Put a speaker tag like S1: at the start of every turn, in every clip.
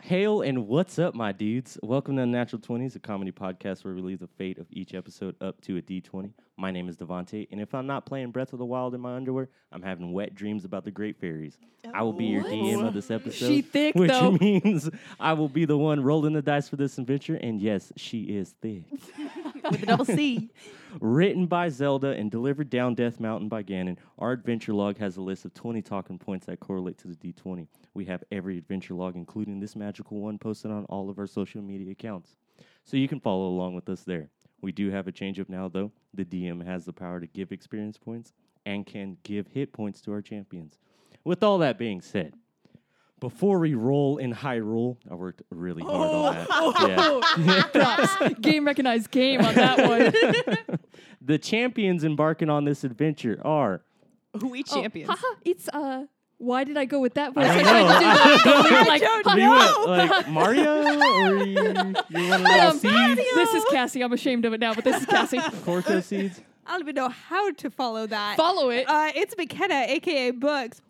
S1: Hail and what's up, my dudes? Welcome to Unnatural 20s, a comedy podcast where we leave the fate of each episode up to a D20. My name is Devontae, and if I'm not playing Breath of the Wild in my underwear, I'm having wet dreams about the great fairies. I will be your
S2: What?
S1: DM of this episode.
S3: Oh. She thick,
S1: which
S3: though.
S1: means I will be the one rolling the dice for this adventure, and yes, she is thick.
S3: with a double C.
S1: Written by Zelda and delivered down Death Mountain by Ganon, our adventure log has a list of 20 talking points that correlate to the D20. We have every adventure log, including this magical one, posted on all of our social media accounts. So you can follow along with us there. We do have a change up now, though. The DM has the power to give experience points and can give hit points to our champions. With all that being said, before we roll in Hyrule, I worked really hard on that. Yeah.
S3: game recognized game on that one.
S1: The champions embarking on this adventure are.
S2: We champions.
S3: Oh, haha, it's uh. Why did I go with that voice?
S1: I don't
S3: tried to
S1: know.
S3: do that. like, ha,
S1: You went like Mario, or you, you want to
S3: um,
S1: seeds,
S3: This is Cassie. I'm ashamed of it now, but this is Cassie.
S1: Corto seeds.
S2: I don't even know how to follow that.
S3: Follow it.
S2: uh, it's McKenna, aka Books.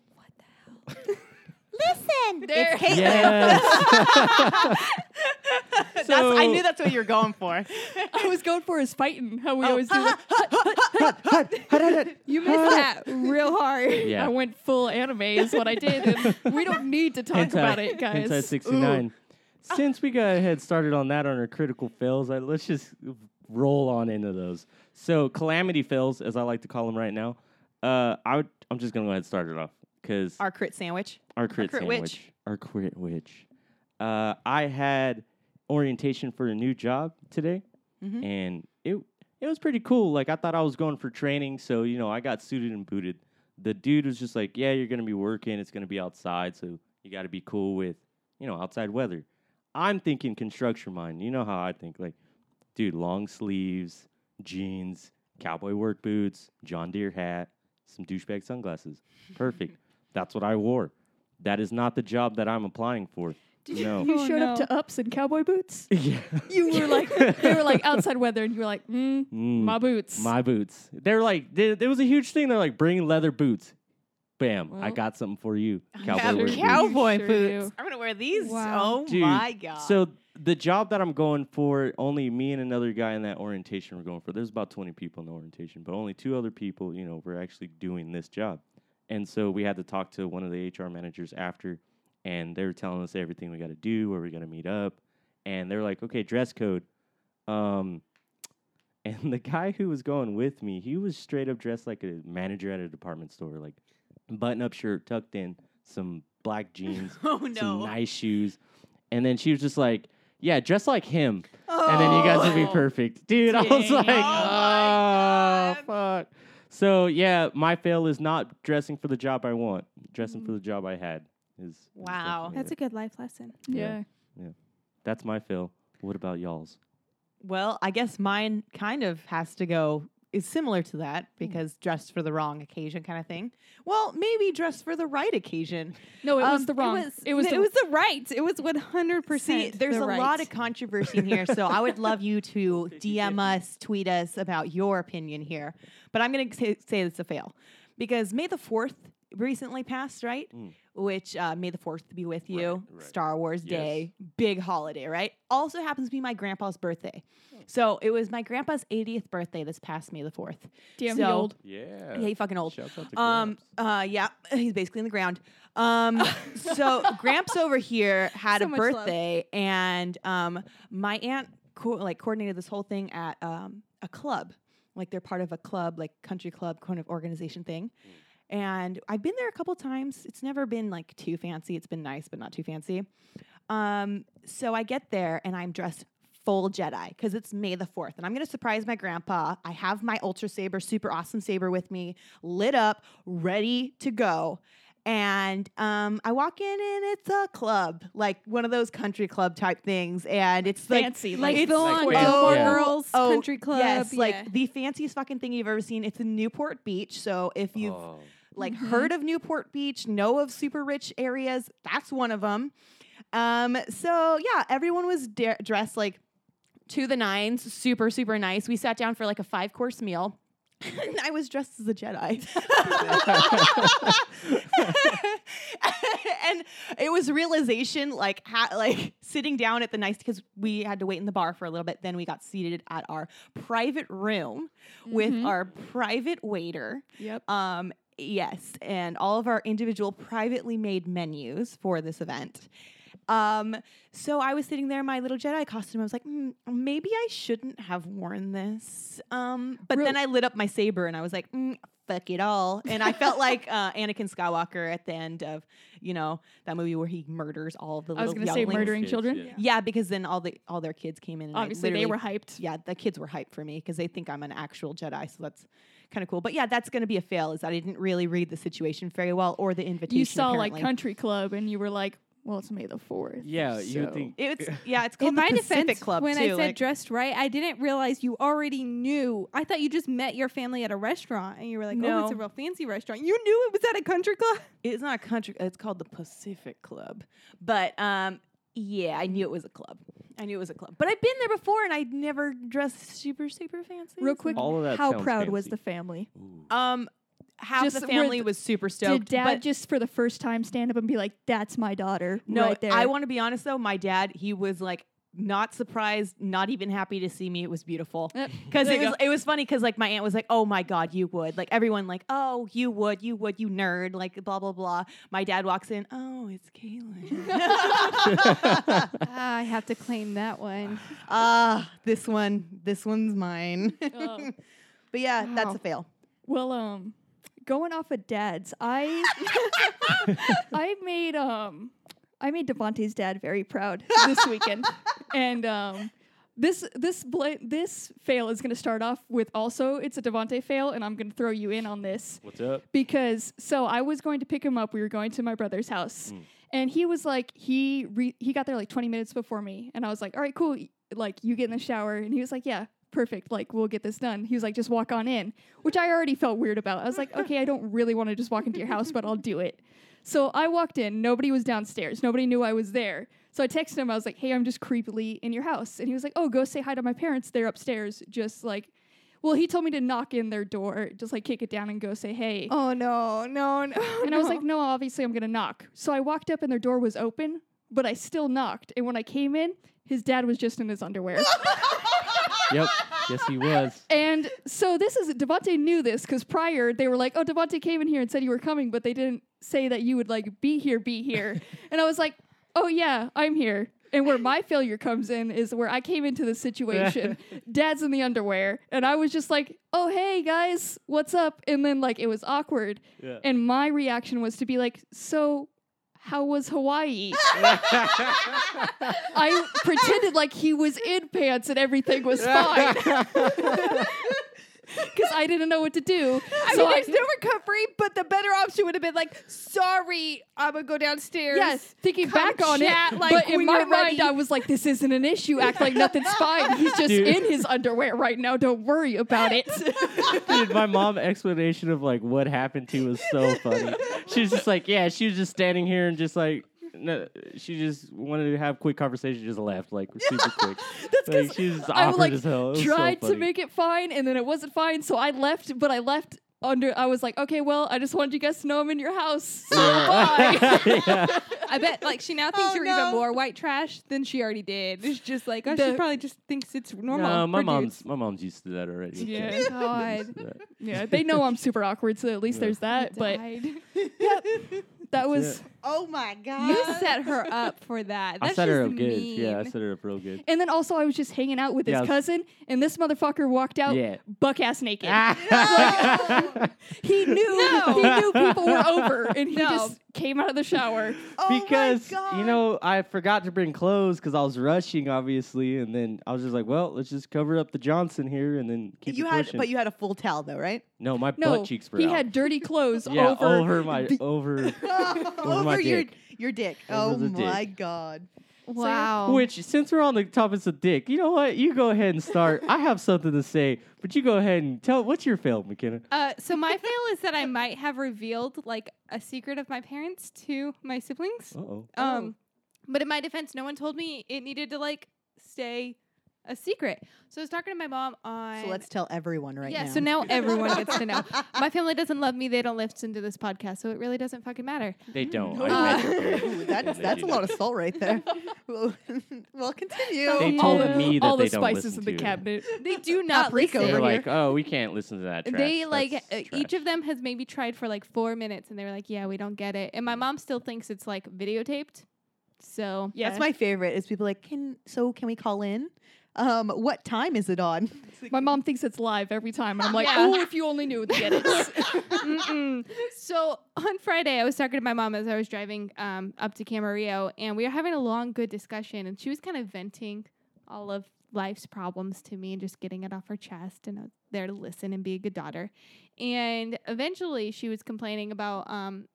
S4: Listen,
S3: There.
S4: it's Caitlin.
S1: Yes. so,
S4: I knew that's what you were going for.
S3: I was going for his fighting. How we always do. that.
S2: You missed that real hard.
S1: Yeah.
S3: I went full anime, is what I did. And we don't need to talk
S1: Hentai-
S3: about it, guys.
S1: Hentai 69. Since we got ahead started on that on our critical fails, I, let's just roll on into those. So, calamity fails, as I like to call them right now, uh, I would, I'm just going to go ahead and start it off because
S2: Our crit sandwich.
S1: Our crit,
S2: crit
S1: sandwich.
S2: witch.
S1: Our crit witch. Uh, I had orientation for a new job today, and it it was pretty cool. Like I thought I was going for training, so you know I got suited and booted. The dude was just like, "Yeah, you're gonna be working. It's gonna be outside, so you got to be cool with you know outside weather." I'm thinking construction mine. You know how I think, like, dude, long sleeves, jeans, cowboy work boots, John Deere hat, some douchebag sunglasses. Perfect. That's what I wore. That is not the job that I'm applying for. no.
S3: You
S2: Oh,
S3: showed up
S2: no.
S3: to ups in cowboy boots.
S1: yeah.
S3: You were like, they were like outside weather, and you were like, mm,
S1: Mm,
S3: my boots.
S1: my boots. They're like, they, there was a huge thing. They're like, bring leather boots. Bam. I
S3: Well,
S1: got something for you. Cowboy work
S3: sure you
S1: boots.
S4: Cowboy
S3: Sure
S4: boots.
S3: do.
S4: I'm gonna wear these.
S2: Wow.
S4: Oh
S1: Dude,
S4: my god.
S1: So the job that I'm going for, only me and another guy in that orientation were going for. There's about 20 people in the orientation, but only two other people, you know, were actually doing this job. And so we had to talk to one of the HR managers after, and they were telling us everything we got to do, where we got to meet up, and they were like, "Okay, dress code." Um, and the guy who was going with me, he was straight up dressed like a manager at a department store, like button-up shirt tucked in, some black jeans,
S4: oh
S1: some
S4: no.
S1: nice shoes. And then she was just like, yeah, dress like him. And then you guys would be
S4: Oh.
S1: perfect. Dude, I was
S3: Dang.
S1: like,
S4: Oh
S1: oh,
S4: my
S1: fuck. So, yeah, my fail is not dressing for the job I want, dressing for the job I had. Is, is
S4: Wow.
S1: definitely
S2: That's
S1: it.
S2: a good life lesson.
S1: Yeah.
S3: yeah.
S1: That's my fail. What about y'all's?
S4: well, I guess mine kind of has to go is similar to that
S2: Hmm.
S4: because dressed for the wrong occasion kind of thing. Well, maybe dressed for the right occasion.
S3: No, it was
S4: Um,
S3: the wrong.
S2: It was,
S3: it was,
S2: it
S3: the,
S2: was the right. It was 100%.
S4: See, there's
S2: the
S4: a
S2: right.
S4: lot of controversy in here, so I would love you to DM us, tweet us about your opinion here. But I'm going to say, say it's a fail because May the 4th recently passed, right?
S1: Mm.
S4: Which uh, May the 4th be with you,
S1: right.
S4: Star Wars
S1: Yes.
S4: Day, big holiday, right? Also happens to be my grandpa's birthday.
S3: Mm.
S4: So it was my grandpa's 80th birthday this past May the 4th.
S3: damn
S4: so-
S3: old.
S1: Yeah.
S4: Yeah, he fucking old.
S1: Shouts out to
S4: Um. Uh. Yeah. He's basically in the ground. Um. so Gramps over here had
S2: So
S4: a
S2: much love.
S4: birthday, and um, my aunt co- like coordinated this whole thing at um a club, like they're part of a club, like country club kind of organization thing. And I've been there a couple times. It's never been like too fancy. It's been nice, but not too fancy. Um. So I get there, and I'm dressed. Full Jedi because it's May the 4th, and I'm gonna surprise my grandpa. I have my Ultra Saber, super awesome saber with me, lit up, ready to go. And um, I walk in and it's a club, like one of those country club type things. And it's like,
S3: Fancy,
S2: Like,
S3: like
S2: the
S1: like
S2: on
S1: way
S2: Gilmore
S1: Yeah.
S2: Girls
S4: Oh,
S2: Country Club.
S4: yes,
S2: yeah.
S4: like the fanciest fucking thing you've ever seen. It's in Newport Beach. So if you've
S1: Oh.
S4: like heard of Newport Beach, know of super rich areas, that's one of them. Um, so yeah, everyone was da- dressed like to the nines, super super nice. We sat down for like a five course meal. and I was dressed as a Jedi. and it was realization like ha- like sitting down at the nice because we had to wait in the bar for a little bit. Then we got seated at our private room with
S3: Mhm.
S4: our private waiter.
S3: Yep.
S4: Um, yes, and all of our individual privately made menus for this event. Um, so I was sitting there in my little Jedi costume. I was like, "Mm, maybe I shouldn't have worn this. Um, but
S3: Real-
S4: then I lit up my saber and I was like, mm, fuck it all. And I felt like uh, Anakin Skywalker at the end of, you know, that movie where he murders all the
S3: I was
S4: little
S3: gonna say
S4: younglings.
S3: murdering
S1: Kids,
S3: children.
S1: yeah.
S4: Yeah, because then all the all their kids came in. And I
S3: Obviously, they
S4: literally
S3: were hyped.
S4: yeah, the kids were hyped for me because they think I'm an actual Jedi, so that's kind of cool. But yeah, that's going to be a fail. Is that I didn't really read the situation very well or the invitation.
S3: You saw like
S4: apparently.
S3: Country Club, and you were like, "Well, it's May the Fourth.
S1: Yeah, you would think
S4: It's yeah, it's called
S5: In
S4: the
S5: my
S4: Pacific
S5: defense,
S4: Club
S5: when
S4: too.
S5: I said
S4: like-
S5: dressed right, I didn't realize you already knew. I thought you just met your family at a restaurant, and you were like, "Oh, it's
S4: No.
S5: a real fancy restaurant." You knew it was at a country club.
S4: it's not a country. It's called the Pacific Club. But um, yeah, I knew it was a club. I knew it was a club. But I've been there before, and I'd never dressed super super fancy.
S3: Real
S4: so-
S3: quick,
S1: All of that
S3: how
S1: sounds
S3: proud was
S1: fancy.
S3: the family?
S1: ooh.
S4: Um, half
S3: Just
S4: the
S3: were
S4: family
S3: th-
S4: was super stoked.
S3: Did Dad
S4: but
S3: just for the first time stand up and be like, "That's my daughter"?
S4: No,
S3: right there.
S4: I want to be honest though. My dad, he was like not surprised, not even happy to see me. It was beautiful
S3: Yep.
S4: because
S3: There
S4: it
S3: you
S4: was it was funny because like my aunt was like, "Oh my god, you would!" Like everyone like, "Oh, you would, you would, you nerd!" Like blah blah blah. My dad walks in, "Oh, it's Kaylin."
S5: Ah, I have to claim that one.
S4: Ah, this one, this one's mine.
S3: Oh.
S4: but yeah, that's
S5: Wow.
S4: a fail.
S3: Well, um, going off of dad's, I I made um I made Devonte's dad very proud this weekend, and um. This this bla- this fail is going to start off with also it's a Devonte fail and I'm going to throw you in on this.
S1: What's up?
S3: because so I was going to pick him up. We were going to my brother's house,
S1: Mm.
S3: and he was like, he re- he got there like 20 minutes before me, and I was like, all right, cool. y- Like you get in the shower, and he was like, yeah, perfect. Like we'll get this done. He was like, just walk on in, which I already felt weird about. I was like, okay, I don't really want to just walk into your house, but I'll do it. So I walked in. Nobody was downstairs. Nobody knew I was there. So I texted him. I was like, hey, I'm just creepily in your house, and he was like, oh, go say hi to my parents. They're upstairs. Just like. Well, he told me to knock in their door, just like kick it down and go say, "Hey,
S5: Oh no, no, no!
S3: and I was like, no, obviously I'm going to knock. So I walked up and their door was open, but I still knocked. And when I came in, his dad was just in his underwear.
S1: Yep. Yes, he was.
S3: and so this is, Devontae knew this because prior they were like, oh, Devontae came in here and said you were coming, but they didn't say that you would like be here, be here. and I was like, oh, yeah, I'm here. And where my failure comes in is where I came into the situation. Dad's in the underwear, and I was just like, "Oh hey guys, what's up?" And then like it was awkward,
S1: Yeah.
S3: and my reaction was to be like, "So, how was Hawaii?" I pretended like he was in pants and everything was fine because I didn't know what to do.
S5: I
S3: so
S5: mean, there's no recovery, but the better option would have been like, "Sorry, I'm gonna go downstairs."
S3: Yes, thinking
S5: Come
S3: back on
S5: chat,
S3: it,
S5: like,
S3: but in
S5: when
S3: my
S5: you're
S3: mind,
S5: ready.
S3: I was like, "This isn't an issue. Act like nothing's fine. He's just
S1: Dude.
S3: in his underwear right now. Don't worry about it."
S1: Dude, my mom explanation of like what happened to you was so funny. She was just like, yeah, she was just standing here and just like, no, she just wanted to have quick conversation, just left like super quick. That's like,
S3: 'cause
S1: she was just
S3: I
S1: awkward
S3: like
S1: as hell. It was so
S3: tried to
S1: funny.
S3: make it fine, and then it wasn't fine, so I left. But I left under. I was like, okay, well, I just wanted you guys to know I'm in your house. So bye.
S1: Yeah.
S5: I bet like she now thinks
S4: Oh,
S5: you're
S4: no.
S5: even more white trash than she already did. It's just like oh,
S3: The-
S5: she probably just thinks it's normal.
S1: No, my
S5: for
S1: mom's
S5: dudes.
S1: my mom's used to that already.
S3: Yeah.
S1: She's used to
S5: God.
S1: that.
S3: yeah, they know I'm super awkward, so at least
S1: Yeah.
S3: there's that. But
S5: Died.
S3: that was.
S1: it.
S4: Oh my god!
S5: you set her up for that. That's
S1: I set her
S5: just
S1: up good.
S5: mean.
S1: Yeah, I set her up real good.
S3: And then also, I was just hanging out with
S1: Yeah, I
S3: his
S1: was-
S3: cousin, and this motherfucker walked out
S1: Yeah.
S3: buck ass naked.
S1: Ah.
S3: He knew
S5: No.
S3: he knew people were over, and he
S5: No.
S3: just came out of the shower.
S6: Oh
S4: Oh
S1: because you know I forgot to bring clothes because I was rushing, obviously, and then I was just like, "Well, let's just cover up the Johnson here and then keep
S4: you
S1: it
S4: had,
S1: pushing."
S4: but you had a full towel though, right?
S1: no, my
S3: No,
S1: butt cheeks were
S3: he
S1: out.
S3: had dirty clothes
S1: yeah,
S3: over,
S1: over, my over, over my
S4: your
S1: dick.
S4: your dick.
S1: Over
S4: oh
S1: the dick.
S4: my god!
S5: Wow.
S1: Which, since we're on the topics of dick, you know what? You go ahead and start. I have something to say, but you go ahead and tell. What's your fail, McKenna?
S5: Uh, so my fail is that I might have revealed like a secret of my parents to my siblings.
S1: Uh oh.
S5: Um, but in my defense, no one told me it needed to like stay a secret. So I was talking to my mom on.
S6: So let's tell everyone right
S5: yeah,
S6: now.
S5: so now everyone gets to know. My family doesn't love me. They don't listen to this podcast, so it really doesn't fucking matter.
S1: They don't.
S6: No.
S1: Oh, I met
S5: Uh,
S1: them.
S6: Ooh, that's
S1: They
S6: that's
S1: do
S6: a lot of
S1: not.
S6: salt right there. well, well, continue.
S1: They
S3: Oh,
S1: told
S3: yeah.
S1: me that
S3: all
S1: they
S3: the
S1: don't
S3: spices
S1: listen
S3: in the
S1: to it.
S3: cabinet.
S5: They do not
S6: Rico
S5: listen.
S6: over
S1: They're
S6: here.
S1: like, oh, we can't listen to that. Trash.
S5: they like
S1: That's
S5: uh, each
S1: trash."
S5: of them has maybe tried for like four minutes, and they were like, "Yeah, we don't get it." And my mom still thinks it's like videotaped. So
S3: Yeah.
S6: That's my favorite. Is people like can so can we call in? Um, what time is it on? It's like,
S3: My mom thinks it's live every time, and I'm like,
S5: Yeah.
S3: oh, if you only knew the edits.
S5: Mm-mm. So on Friday, I was talking to my mom as I was driving um, up to Camarillo, and we were having a long, good discussion. And she was kind of venting all of life's problems to me and just getting it off her chest. And I was there to listen and be a good daughter. And eventually, she was complaining about um,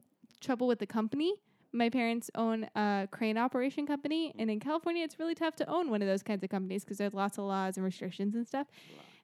S5: trouble with the company. My parents own a crane operation company, and in California, it's really tough to own one of those kinds of companies because there's lots of laws and restrictions and stuff.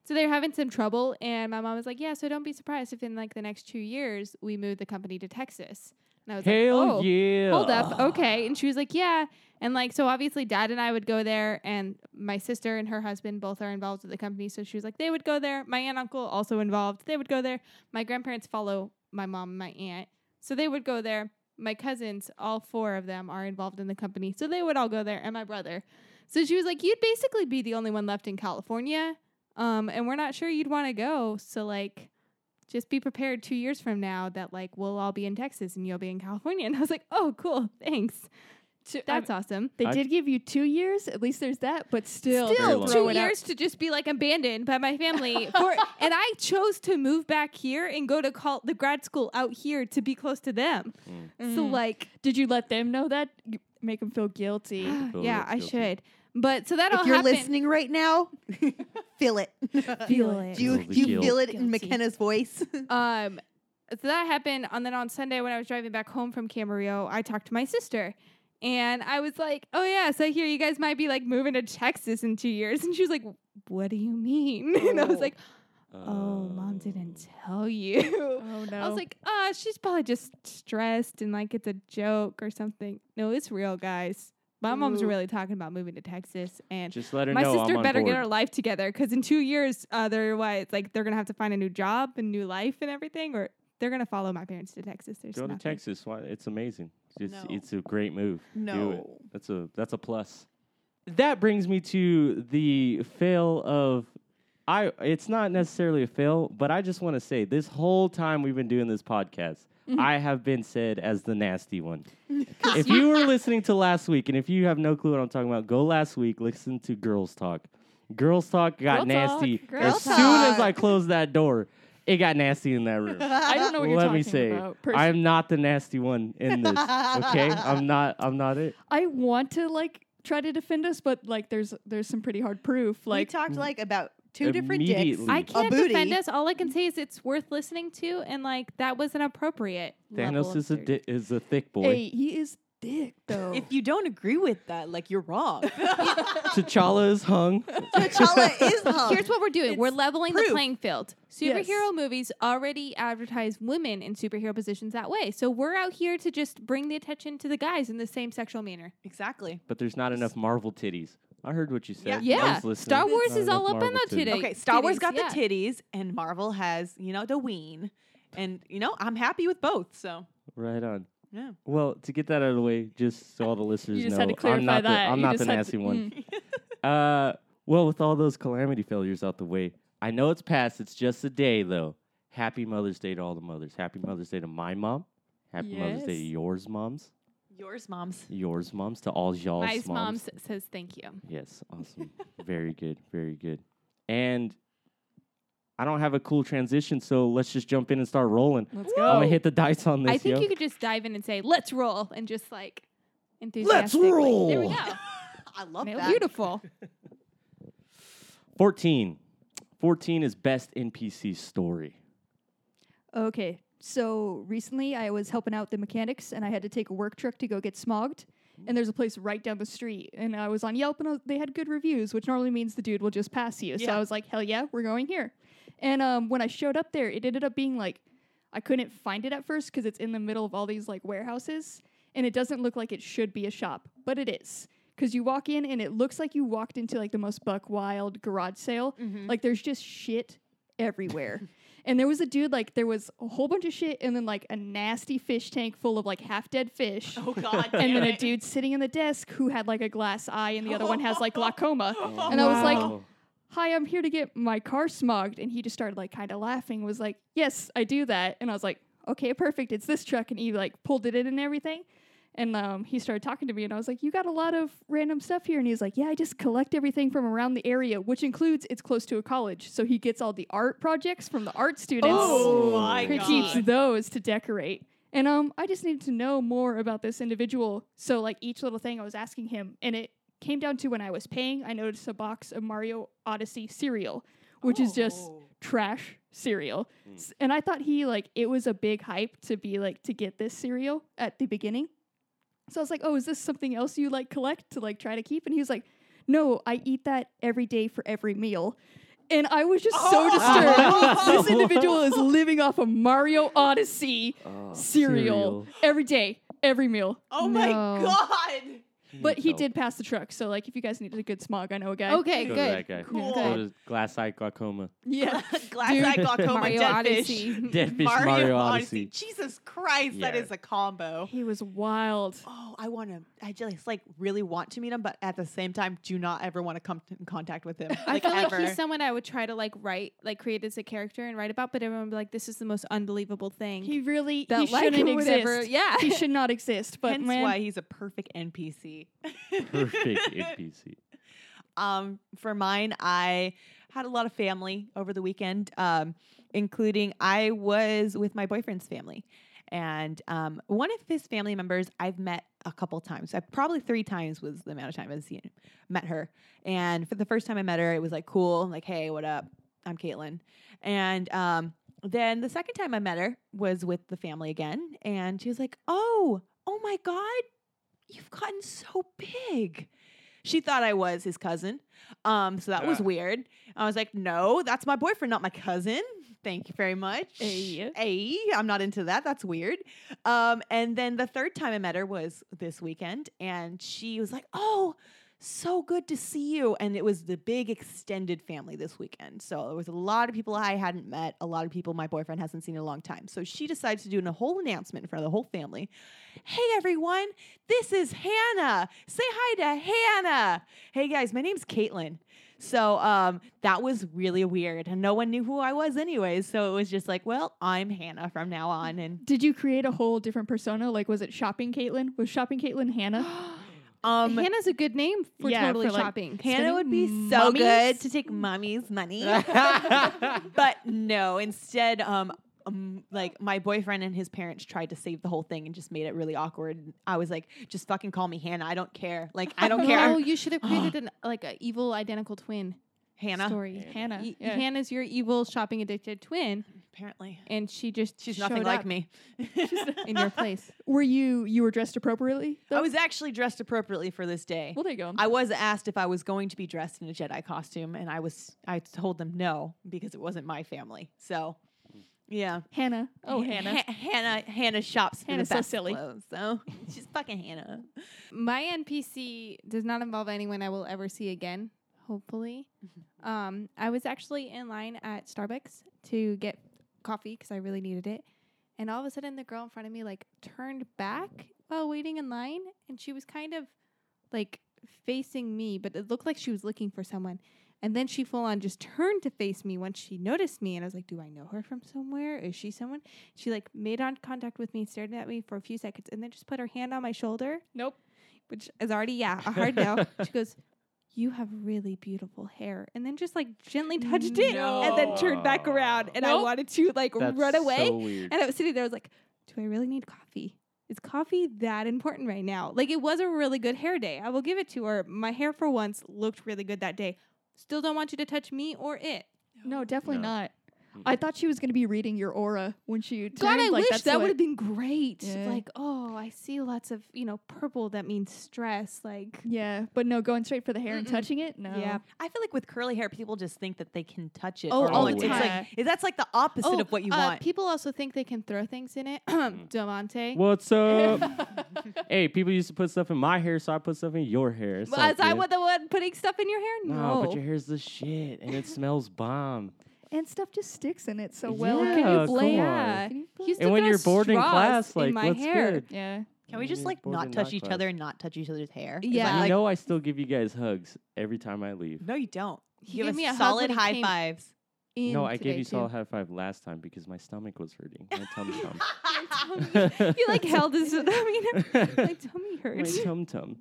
S5: So they're having some trouble, and my mom was like, "Yeah, so don't be surprised if in like the next two years we move the company to Texas." And I was
S1: Hell
S5: like, "Oh,
S1: yeah.
S5: hold up, okay." And she was like, "Yeah," and like so obviously Dad and I would go there, and my sister and her husband both are involved with the company, so she was like, "They would go there." My aunt, and uncle also involved. They would go there. My grandparents follow my mom and my aunt, so they would go there. My cousins, all four of them, are involved in the company, so they would all go there, and my brother. So she was like, "You'd basically be the only one left in California." um, and we're not sure you'd want to go. So like, just be prepared two years from now that like we'll all be in Texas and you'll be in California. And I was like, oh, cool, thanks. That's awesome.
S3: They
S1: I-
S3: did give you two years. At least there's that, but still,
S1: Very
S3: they're
S1: long.
S5: two
S3: throwing out-
S5: years to just be like abandoned by my family, for, and I chose to move back here and go to call the grad school out here to be close to them. So
S6: mm.
S5: like,
S3: Did you let them know that? You Make them feel guilty.
S1: feel
S5: yeah, I
S1: guilty.
S5: should. But so that all
S6: if you're
S5: happened.
S6: listening right now, feel it. do
S3: Feel
S5: it.
S6: you
S1: Feel the
S6: do you feel it
S3: guilt.
S6: in
S3: Guilty.
S6: McKenna's voice?
S5: Um, so that happened, and then on Sunday when I was driving back home from Camarillo, I talked to my sister, and I was like, "Oh yeah, so I hear you guys might be like moving to Texas in two years," and she was like, "What do you mean?" And I was like, "Oh, mom didn't tell you."
S3: Oh no!
S5: I was like, "Ah, she's probably just stressed and like it's a joke or something." No, it's real, guys. My mom's
S6: Ooh.
S5: really talking about moving to Texas, and
S1: Just let her
S5: my
S1: know.
S5: sister
S1: I'm on
S5: better
S1: board.
S5: get her life together because in two years, otherwise, like they're gonna have to find a new job and new life and everything, or they're gonna follow my parents to Texas. There's
S1: Go to
S5: nothing.
S1: Texas. Why? It's amazing. It's,
S6: No.
S1: it's a great move. Do it.
S6: no.
S1: That's a that's a plus. That brings me to the fail of I it's not necessarily a fail, but I just want to say this whole time we've been doing this podcast, I have been said as the nasty one. if you were listening to last week and if you have no clue what I'm talking about, go last week, listen to Girls Talk. Girls Talk got
S3: Girl Talk,
S1: nasty
S3: Girl
S1: as soon as I
S6: Talk.
S1: closed that door. It got nasty in that room.
S3: I
S5: "Uh,
S3: don't know what you're
S1: Let
S3: talking
S1: me say,
S3: about. Pers-
S1: I'm not the nasty one in this. Okay, I'm not. I'm not it.
S3: I want to like try to defend us, but like there's there's some pretty hard proof.
S6: we
S3: Like
S6: talked like about two different dicks.
S1: Mm. Immediately.
S5: I
S1: A
S5: can't
S6: booty.
S5: defend us. All I can say is it's worth listening to, and like that was an appropriate. level
S1: Thanos
S5: of
S1: is a
S5: absurdity.
S1: di- is a thick boy.
S3: hey, he is dick though.
S4: If you don't agree with that, like you're wrong.
S1: T'Challa is hung.
S6: T'Challa is
S4: Oh,
S6: hung.
S5: Here's what we're doing. We're leveling the
S6: proof.
S5: playing field. Superhero
S3: Yes.
S5: movies already advertise women in superhero positions that way. So we're out here to just bring the attention to the guys in the same sexual manner.
S4: exactly.
S1: But there's not enough Marvel titties. I heard what you said. I
S5: Yeah.
S1: was listening.
S5: Star Wars
S1: Not
S5: is
S1: enough
S5: all up in
S1: Marvel
S5: that
S1: titties.
S5: today.
S4: Okay, Star Wars
S5: titties,
S4: got
S5: yeah.
S4: the titties, and Marvel has, you know, the ween. And, you know, I'm happy with both. So,
S1: Right on.
S4: yeah.
S1: Well, to get that out of the way, just so all the listeners
S3: just
S1: know,
S3: had to
S1: I'm
S3: clarify
S1: not
S3: that.
S1: the I'm
S3: You
S1: not the
S3: just had
S1: nasty
S3: to- Mm.
S1: one. uh, well, with all those calamity failures out the way, I know it's past. It's just a day though. Happy Mother's Day to all the mothers. Happy Mother's Day to my mom. Happy Mother's Day to
S3: Yes.
S1: yours, moms.
S4: Yours, moms.
S1: Yours, moms. To all y'all's
S5: My mom
S1: moms.
S5: s- says thank you.
S1: Yes, awesome. very good, very good. And I don't have a cool transition, so let's just jump in and start rolling.
S3: Let's
S1: I'm
S3: go.
S1: gonna hit the dice on this.
S5: I think
S1: yo.
S5: you could just dive in and say, "Let's roll," and just like
S1: Let's
S5: enthusiastically. There we
S1: roll.
S5: go.
S6: I love
S5: Nailed-
S6: that.
S5: Beautiful.
S1: 14. 14 is best NPC story.
S3: Okay. So recently I was helping out the mechanics and I had to take a work truck to go get smogged. And there's a place right down the street. And I was on Yelp and I was- they had good reviews, which normally means the dude will just pass you. So
S4: Yeah.
S3: I was like, hell yeah, we're going here. And um, when I showed up there, it ended up being like, I couldn't find it at first because it's in the middle of all these like warehouses. And it doesn't look like it should be a shop, but it is. because you walk in and it looks like you walked into like the most buck wild garage sale. Like there's just shit everywhere. and there was a dude like there was a whole bunch of shit and then like a nasty fish tank full of like half dead fish.
S4: Oh God!
S3: and then
S4: damn
S3: a
S4: it.
S3: dude sitting in the desk who had like a glass eye and the other one has like glaucoma.
S1: Oh,
S3: And I was like,
S1: wow.
S3: hi, I'm here to get my car smogged. And he just started like kind of laughing, was like, yes, I do that. And I was like, okay, perfect. It's this truck. And he like pulled it in and everything. And um, he started talking to me, and I was like, "You got a lot of random stuff here." And he's like, "Yeah, I just collect everything from around the area, which includes it's close to a college, so he gets all the art projects from the art students,
S4: Oh my
S3: critiques
S4: God!
S3: those to decorate." And um, I just needed to know more about this individual, so like each little thing I was asking him, and it came down to when I was paying, I noticed a box of Mario Odyssey cereal, which is just
S4: Oh.
S3: trash cereal. S- And I thought he like it was a big hype to be like to get this cereal at the beginning. So I was like, "Oh, is this something else you like collect to like try to keep?" And he was like, "No, I eat that every day for every meal." And I was just so disturbed. this individual is living off of Mario Odyssey
S1: Oh,
S3: cereal, every day, every meal.
S4: Oh my
S5: No.
S4: God!
S3: But
S1: needs
S3: he
S1: help.
S3: did pass the truck, so like if you guys needed a good smog, I know a guy.
S5: Okay,
S1: Go to
S5: good.
S1: that guy.
S4: Cool.
S1: Go
S5: Good.
S1: to glass eye glaucoma.
S3: Yeah.
S4: Glass
S5: Dude,
S4: eye glaucoma,
S5: Mario
S4: dead
S5: Odyssey.
S4: fish.
S1: Dead fish
S4: Mario,
S1: Mario,
S4: Odyssey.
S1: Odyssey.
S4: Jesus Christ, that
S1: Yeah.
S4: is a combo.
S3: He was wild.
S4: Oh, I want to. I just like really want to meet him, but at the same time, do not ever want to come in contact with him.
S5: I
S4: Like
S5: feel
S4: ever.
S5: like he's someone I would try to like write, like create as a character and write about, but everyone would be like, "This is the most unbelievable thing."
S3: He really
S5: That
S3: he
S5: like
S3: shouldn't
S5: would
S3: exist.
S5: ever- yeah.
S3: he should not exist. But
S4: Hence
S3: man,
S4: why he's a perfect NPC.
S1: Perfect NPC.
S4: Um, for mine, I had a lot of family over the weekend, um, including I was with my boyfriend's family. And um, one of his family members I've met a couple times. I probably three times was the amount of time I've seen met her. And for the first time I met her, it was like cool, like hey, what up? I'm Caitlin. And um, then the second time I met her was with the family again, and she was like, oh, oh my god, you've gotten so big. She thought I was his cousin. Um, so that was
S1: Ah.
S4: weird. I was like, no, that's my boyfriend, not my cousin. Thank you very much.
S3: Ay.
S4: Ay, I'm not into that. That's weird. Um, and then the third time I met her was this weekend, and she was like, oh, so good to see you. And it was the big extended family this weekend. So there was a lot of people I hadn't met, a lot of people my boyfriend hasn't seen in a long time. So she decides to do a whole announcement in front of the whole family. Hey everyone, this is Hannah. Say hi to Hannah. Hey guys, my name's Caitlin. So um, that was really weird, and no one knew who I was anyways. So it was just like, well, I'm Hannah from now on, and
S3: did you create a whole different persona? Like, was it shopping Caitlyn? Was shopping Caitlyn Hannah?
S4: um,
S5: Hannah's a good name for
S3: Yeah,
S5: totally
S3: for, like,
S5: shopping.
S4: Hannah
S3: Spending
S4: would be so
S3: mummies?
S4: good to take mommy's money. but no, instead, um, um, like my boyfriend and his parents tried to save the whole thing and just made it really awkward. I was like, just fucking call me Hannah. I don't care. Like, I don't
S5: No,
S4: care.
S5: Oh, you should have created an like an evil identical twin
S4: Hannah.
S5: story.
S3: Hannah.
S5: Y-
S3: yeah.
S5: Hannah's your evil shopping addicted twin,
S4: Apparently,
S5: and she just
S4: she's
S5: showed
S4: nothing like
S5: up
S4: me.
S5: in your place.
S3: Were you you were dressed appropriately?
S4: I
S3: though?
S4: was actually dressed appropriately for this day.
S3: Oh, Well, there you go.
S4: I was asked if I was going to be dressed in a Jedi costume, and I was. I told them no because it wasn't my family. So, yeah.
S3: Hannah. Oh,
S4: Ha-
S3: Hannah.
S4: Ha- Hannah. Hannah shops for
S3: Hannah's
S4: the
S3: so
S4: best
S3: silly.
S4: clothes, so she's fucking Hannah.
S5: My NPC does not involve anyone I will ever see again, hopefully. Um, I was actually in line at Starbucks to get coffee because I really needed it. And all of a sudden, the girl in front of me like turned back while waiting in line. And she was kind of like facing me, but it looked like she was looking for someone. And then she full on just turned to face me once she noticed me. And I was like, Do I know her from somewhere? Is she someone? She like made on contact with me, stared at me for a few seconds, and then just put her hand on my shoulder
S3: Nope.
S5: which is already yeah a hard no. she goes, "You have really beautiful hair," and then just like gently touched it, and then turned back around, and I
S3: Nope.
S5: wanted to like
S1: That's
S5: run away,
S1: so weird.
S5: and I was sitting there, I was like, "Do I really need coffee?" Is coffee that important right now? Like, it was a really good hair day. I will give it to her. My hair, for once, looked really good that day. Still don't want you to touch me or it.
S3: No, definitely
S1: No. Mm.
S3: not. I thought she was going to be reading your aura when she
S5: God,
S3: turned.
S5: I
S3: like,
S5: wish
S3: that's
S5: that
S3: what-
S5: would have been great.
S3: Yeah.
S5: Like, oh, I see lots of you know purple. That means stress. Like,
S3: Yeah, but no, going straight for the hair and touching it. No.
S5: yeah.
S4: I feel like with curly hair, people just think that they can touch it.
S3: Oh,
S4: or
S3: all
S4: like,
S3: the
S4: It's
S3: time.
S4: like it- that's like the opposite
S5: Oh,
S4: of what you
S5: uh,
S4: want.
S5: People also think they can throw things in it.
S1: Mm.
S5: Delmonte.
S1: What's up? hey, people used to put stuff in my hair, so I put stuff in your hair. It's all
S5: Was I
S1: good.
S5: wa- the one putting stuff in your hair?
S1: No,
S5: No.
S1: but your hair's the shit, and it smells bomb.
S3: And stuff just sticks in it so well.
S1: Yeah,
S3: Can
S1: come
S3: you blame?
S1: on.
S3: Can you blame-
S5: He used to
S1: and when
S5: throw
S1: you're bored in
S5: straws
S1: class, like
S5: in my
S1: what's
S5: hair.
S1: good?
S3: Yeah.
S4: Can we
S1: Yeah,
S4: just
S1: you're
S4: like
S1: bored
S4: not
S1: in
S4: touch
S1: art
S4: each
S1: class.
S4: other Mm, and not touch each other's hair? 'Cause
S5: Yeah.
S4: I'm
S1: You
S4: like,
S1: know I still give you guys hugs every time I leave.
S4: no, you don't.
S5: He
S4: You
S5: gave
S4: give
S5: me a
S4: us
S5: hug when
S4: solid
S5: he
S4: high
S5: came
S4: fives.
S1: No, I
S5: in
S1: gave
S5: today,
S1: you
S5: too.
S1: solid high five last time because my stomach was hurting. My tum tum.
S5: He like held his. I mean, my tummy
S1: My
S5: hurts.
S1: tum tum.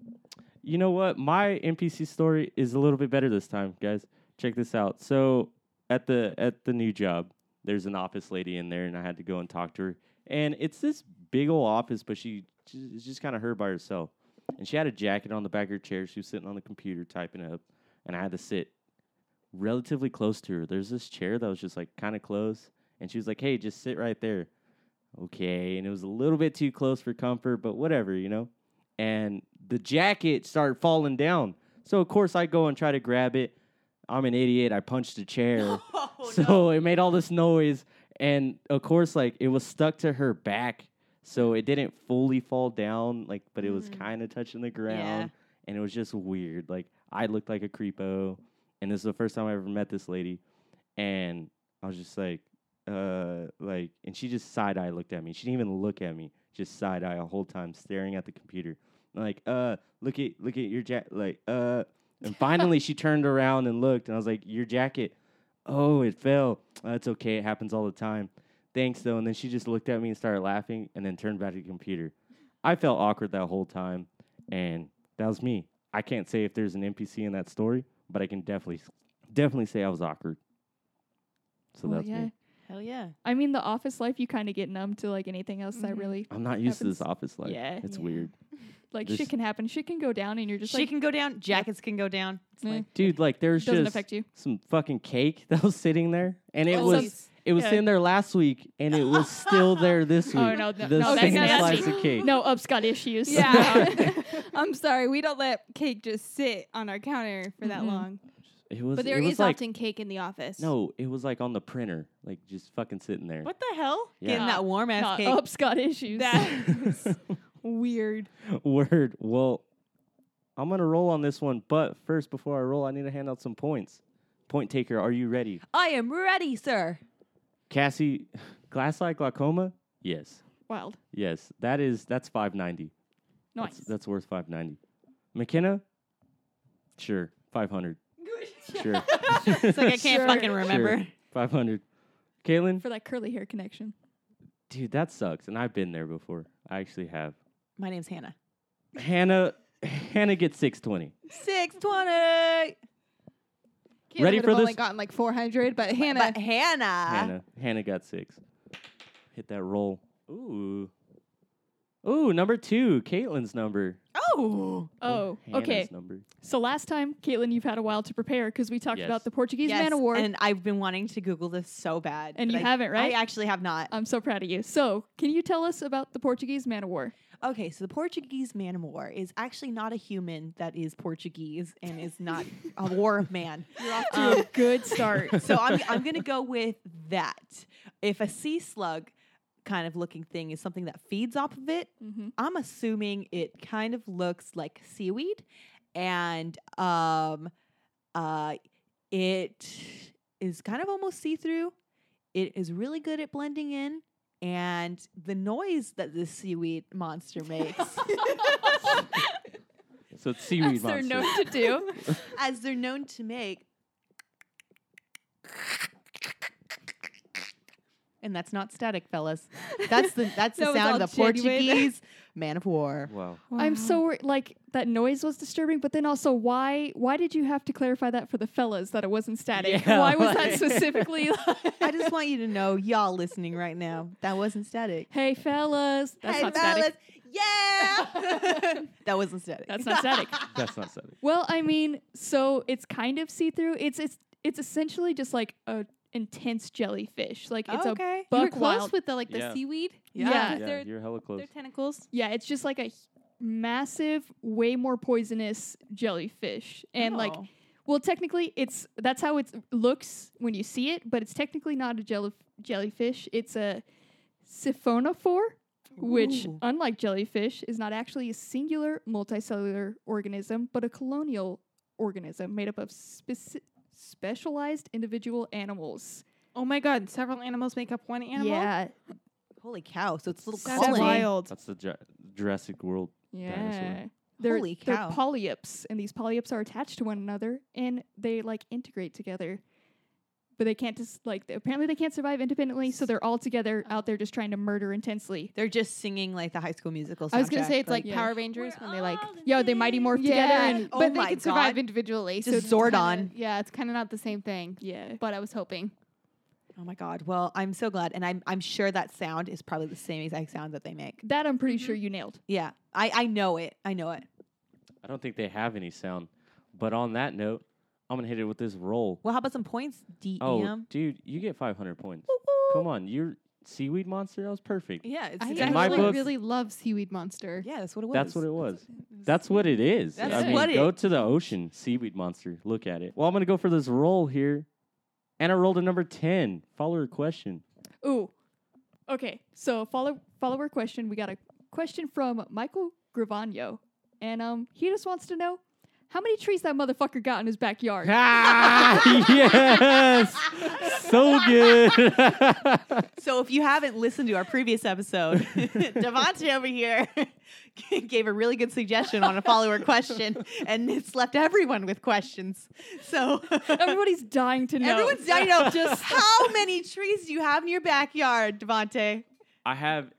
S1: You know what? My NPC story is a little bit better this time, guys. Check this out. So at the at the new job, there's an office lady in there, and I had to go and talk to her. And it's this big old office, but she j- it's just kind of her by herself. And she had a jacket on the back of her chair. She was sitting on the computer typing up, and I had to sit relatively close to her. There's this chair that was just like kind of close, and she was like, "Hey, just sit right there." Okay, and it was a little bit too close for comfort, but whatever, you know and the jacket started falling down. So of course I go and try to grab it. I'm an idiot. I punched a chair.
S4: Oh,
S1: so it made all this noise and of course like it was stuck to her back. So it didn't fully fall down like but it was kind of touching the ground and it was just weird. Like I looked like a creepo and this is the first time I ever met this lady and I was just like uh like and she just side eye looked at me. She didn't even look at me. Just side eye a whole time staring at the computer. Like, uh, look at look at your jacket like uh and finally she turned around and looked and I was like, Your jacket. Oh, it fell. That's okay, it happens all the time. Thanks though. And then she just looked at me and started laughing and then turned back to the computer. I felt awkward that whole time and that was me. I can't say if there's an NPC in that story, but I can definitely definitely say I was awkward. So
S3: Well,
S1: that's
S3: yeah.
S1: me.
S4: Hell yeah.
S3: I mean, the office life, you kind of get numb to like anything else that
S5: Mhm.
S3: really
S1: I'm not used to this
S3: Happens.
S1: office life.
S3: Yeah.
S1: It's
S3: Yeah.
S1: weird.
S3: like
S1: This-
S3: shit can happen. Shit can go down, and you're just
S4: she
S3: like
S4: can go down. Jackets can go down. It's
S3: Eh.
S4: like,
S1: Dude, like there's
S3: doesn't
S1: just
S3: affect you.
S1: some fucking cake that was sitting there and it
S3: Oh,
S1: was
S3: so-
S1: it was
S3: yeah.
S1: sitting there last week and it was still there this week.
S3: Oh no, no,
S1: the
S3: no,
S1: same
S3: that's, no,
S1: slice
S3: that's
S1: of cake.
S3: no up's got issues.
S5: Yeah. I'm sorry. We don't let cake just sit on our counter for that
S3: Mm-mm.
S5: long.
S1: It was
S5: But there
S1: it was
S5: is
S1: like
S5: often cake in the office.
S1: no, it was like on the printer, like just fucking sitting there.
S4: what the hell?
S1: Yeah.
S4: Getting that warm ass
S3: not
S4: cake.
S3: up's got issues.
S5: That is weird.
S1: Word. Well, I'm gonna roll on this one, but first, before I roll, I need to hand out some points. Point taker, are you ready?
S4: I am ready, sir.
S1: Cassie, glass eye glaucoma. Yes,
S3: Wild.
S1: yes. That is that's 590.
S3: Nice.
S1: That's, that's worth 590. McKenna. Sure, 500. Sure,
S4: It's like I can't fucking remember.
S1: sure, 500. Caitlin,
S3: for that curly hair connection.
S1: dude, that sucks, and I've been there before. I actually have.
S4: My name's Hannah.
S1: Hannah, Hannah gets 620.
S4: Six twenty.
S5: Kayla
S1: Ready
S5: would've
S1: for
S5: only
S1: this?
S5: gotten like 400, but Hannah.
S4: But Hannah.
S1: Hannah. Hannah got six. Hit that roll. Ooh. Ooh, number two, Caitlin's number.
S4: Oh.
S3: Oh,
S1: Hannah's
S3: okay.
S1: Number.
S3: So last time, Caitlin, you've had a while to prepare because we talked
S1: Yes.
S3: about the Portuguese
S4: Yes,
S3: Man Award.
S4: And I've been wanting to Google this so bad.
S3: And
S4: but
S3: you
S4: I-
S3: haven't, right?
S4: I actually have not.
S3: I'm so proud of you. So, can you tell us about the Portuguese Man of War?
S4: Okay, so the Portuguese man of war is actually not a human that is Portuguese and is not a war of man.
S3: You're off
S4: to a
S3: good start.
S4: So I'm, I'm going to go with that. If a sea slug kind of looking thing is something that feeds off of it,
S1: Mm-hmm.
S3: Mhm.
S4: I'm assuming it kind of looks like seaweed and um uh it is kind of almost see-through. It is really good at blending in and the noise that this seaweed monster makes
S1: So it's seaweed
S3: They're
S1: monster.
S3: known to do.
S4: as they're known to make. And that's not static, fellas. That's the that's the
S5: That was
S4: sound
S5: all
S4: of the
S5: genuine.
S4: Portuguese man of war.
S1: Wow.
S3: I'm so wor- like that noise was disturbing, but then also why why did you have to clarify that for the fellas that it wasn't static?
S1: Yeah,
S3: why was
S1: like-
S3: that specifically?
S4: I just want you to know, y'all listening right now, that wasn't static.
S3: hey fellas, that's
S4: Hey,
S3: not
S4: fellas,
S3: static.
S4: yeah, that wasn't static.
S3: That's not static.
S1: That's not static.
S3: well, I mean, so it's kind of see through. It's it's it's essentially just like a intense jellyfish. Like it's a
S6: okay.
S5: You were
S3: buck
S5: close
S3: wild.
S5: with the like the
S1: Yeah.
S5: seaweed.
S3: Yeah.
S1: Yeah,
S5: Because They're,
S1: you're hella close.
S5: they're tentacles.
S3: yeah, it's just like a h- massive, way more poisonous jellyfish. And like
S6: Oh.
S3: well, technically it's that's how it looks when you see it, but it's technically not a jelly, jellyfish. It's a siphonophore. Which,
S6: Ooh.
S3: unlike jellyfish, is not actually a singular multicellular organism, but a colonial organism made up of speci- specialized individual animals.
S5: Oh my god, several animals make up one animal.
S3: Yeah,
S4: Holy cow! So it's a little
S5: That's
S4: colony.
S5: wild.
S1: That's the Ju- Jurassic World. Dinosaur.
S3: yeah. They're,
S4: Holy cow.
S3: They're polyps, and these polyps are attached to one another, and they like integrate together. But they can't just like they- apparently they can't survive independently, so they're all together out there just trying to murder intensely.
S4: They're just singing like the High School Musical. Soundtrack,
S5: I was gonna say it's like
S3: Yeah.
S5: Power Rangers when they like
S3: Yo, they mighty morph together, and
S4: Oh
S5: but they
S4: my
S5: can survive
S4: God.
S5: individually.
S4: Just
S5: so it's kinda-
S4: Zordon.
S5: yeah, it's kind of not the same thing.
S3: yeah,
S5: But I was hoping.
S4: Oh my god! Well, I'm so glad, and I'm I'm sure that sound is probably the same exact sound that they make.
S3: that I'm pretty sure you nailed.
S4: Yeah, I I know it. I know it.
S1: I don't think they have any sound. But on that note, I'm gonna hit it with this roll.
S4: Well, how about some points, E DM?
S1: Oh, dude, you get 500 points. Come on, you're seaweed monster. That was perfect.
S4: Yeah, it's
S5: I
S4: exactly
S1: my
S5: actually
S1: book-
S5: really love Seaweed Monster.
S4: Yeah, that's what it was.
S1: That's what it was. That's what it is. I
S4: That's
S1: mean,
S4: what it-
S1: go to the ocean, seaweed monster. Look at it. Well, I'm gonna go for this roll here, and I rolled a number 10. Follower question.
S3: Ooh. Okay. So follow follower question. We got a question from Michael Gravano. And um he just wants to know how many trees that motherfucker got in his backyard.
S1: ah, yes, so good.
S4: So if you haven't listened to our previous episode, Devontae over here gave a really good suggestion on a follower question, and it's left everyone with questions. So
S3: Everybody's dying to know.
S4: everyone's I know just how many trees do you have in your backyard, Devontae?
S1: I have.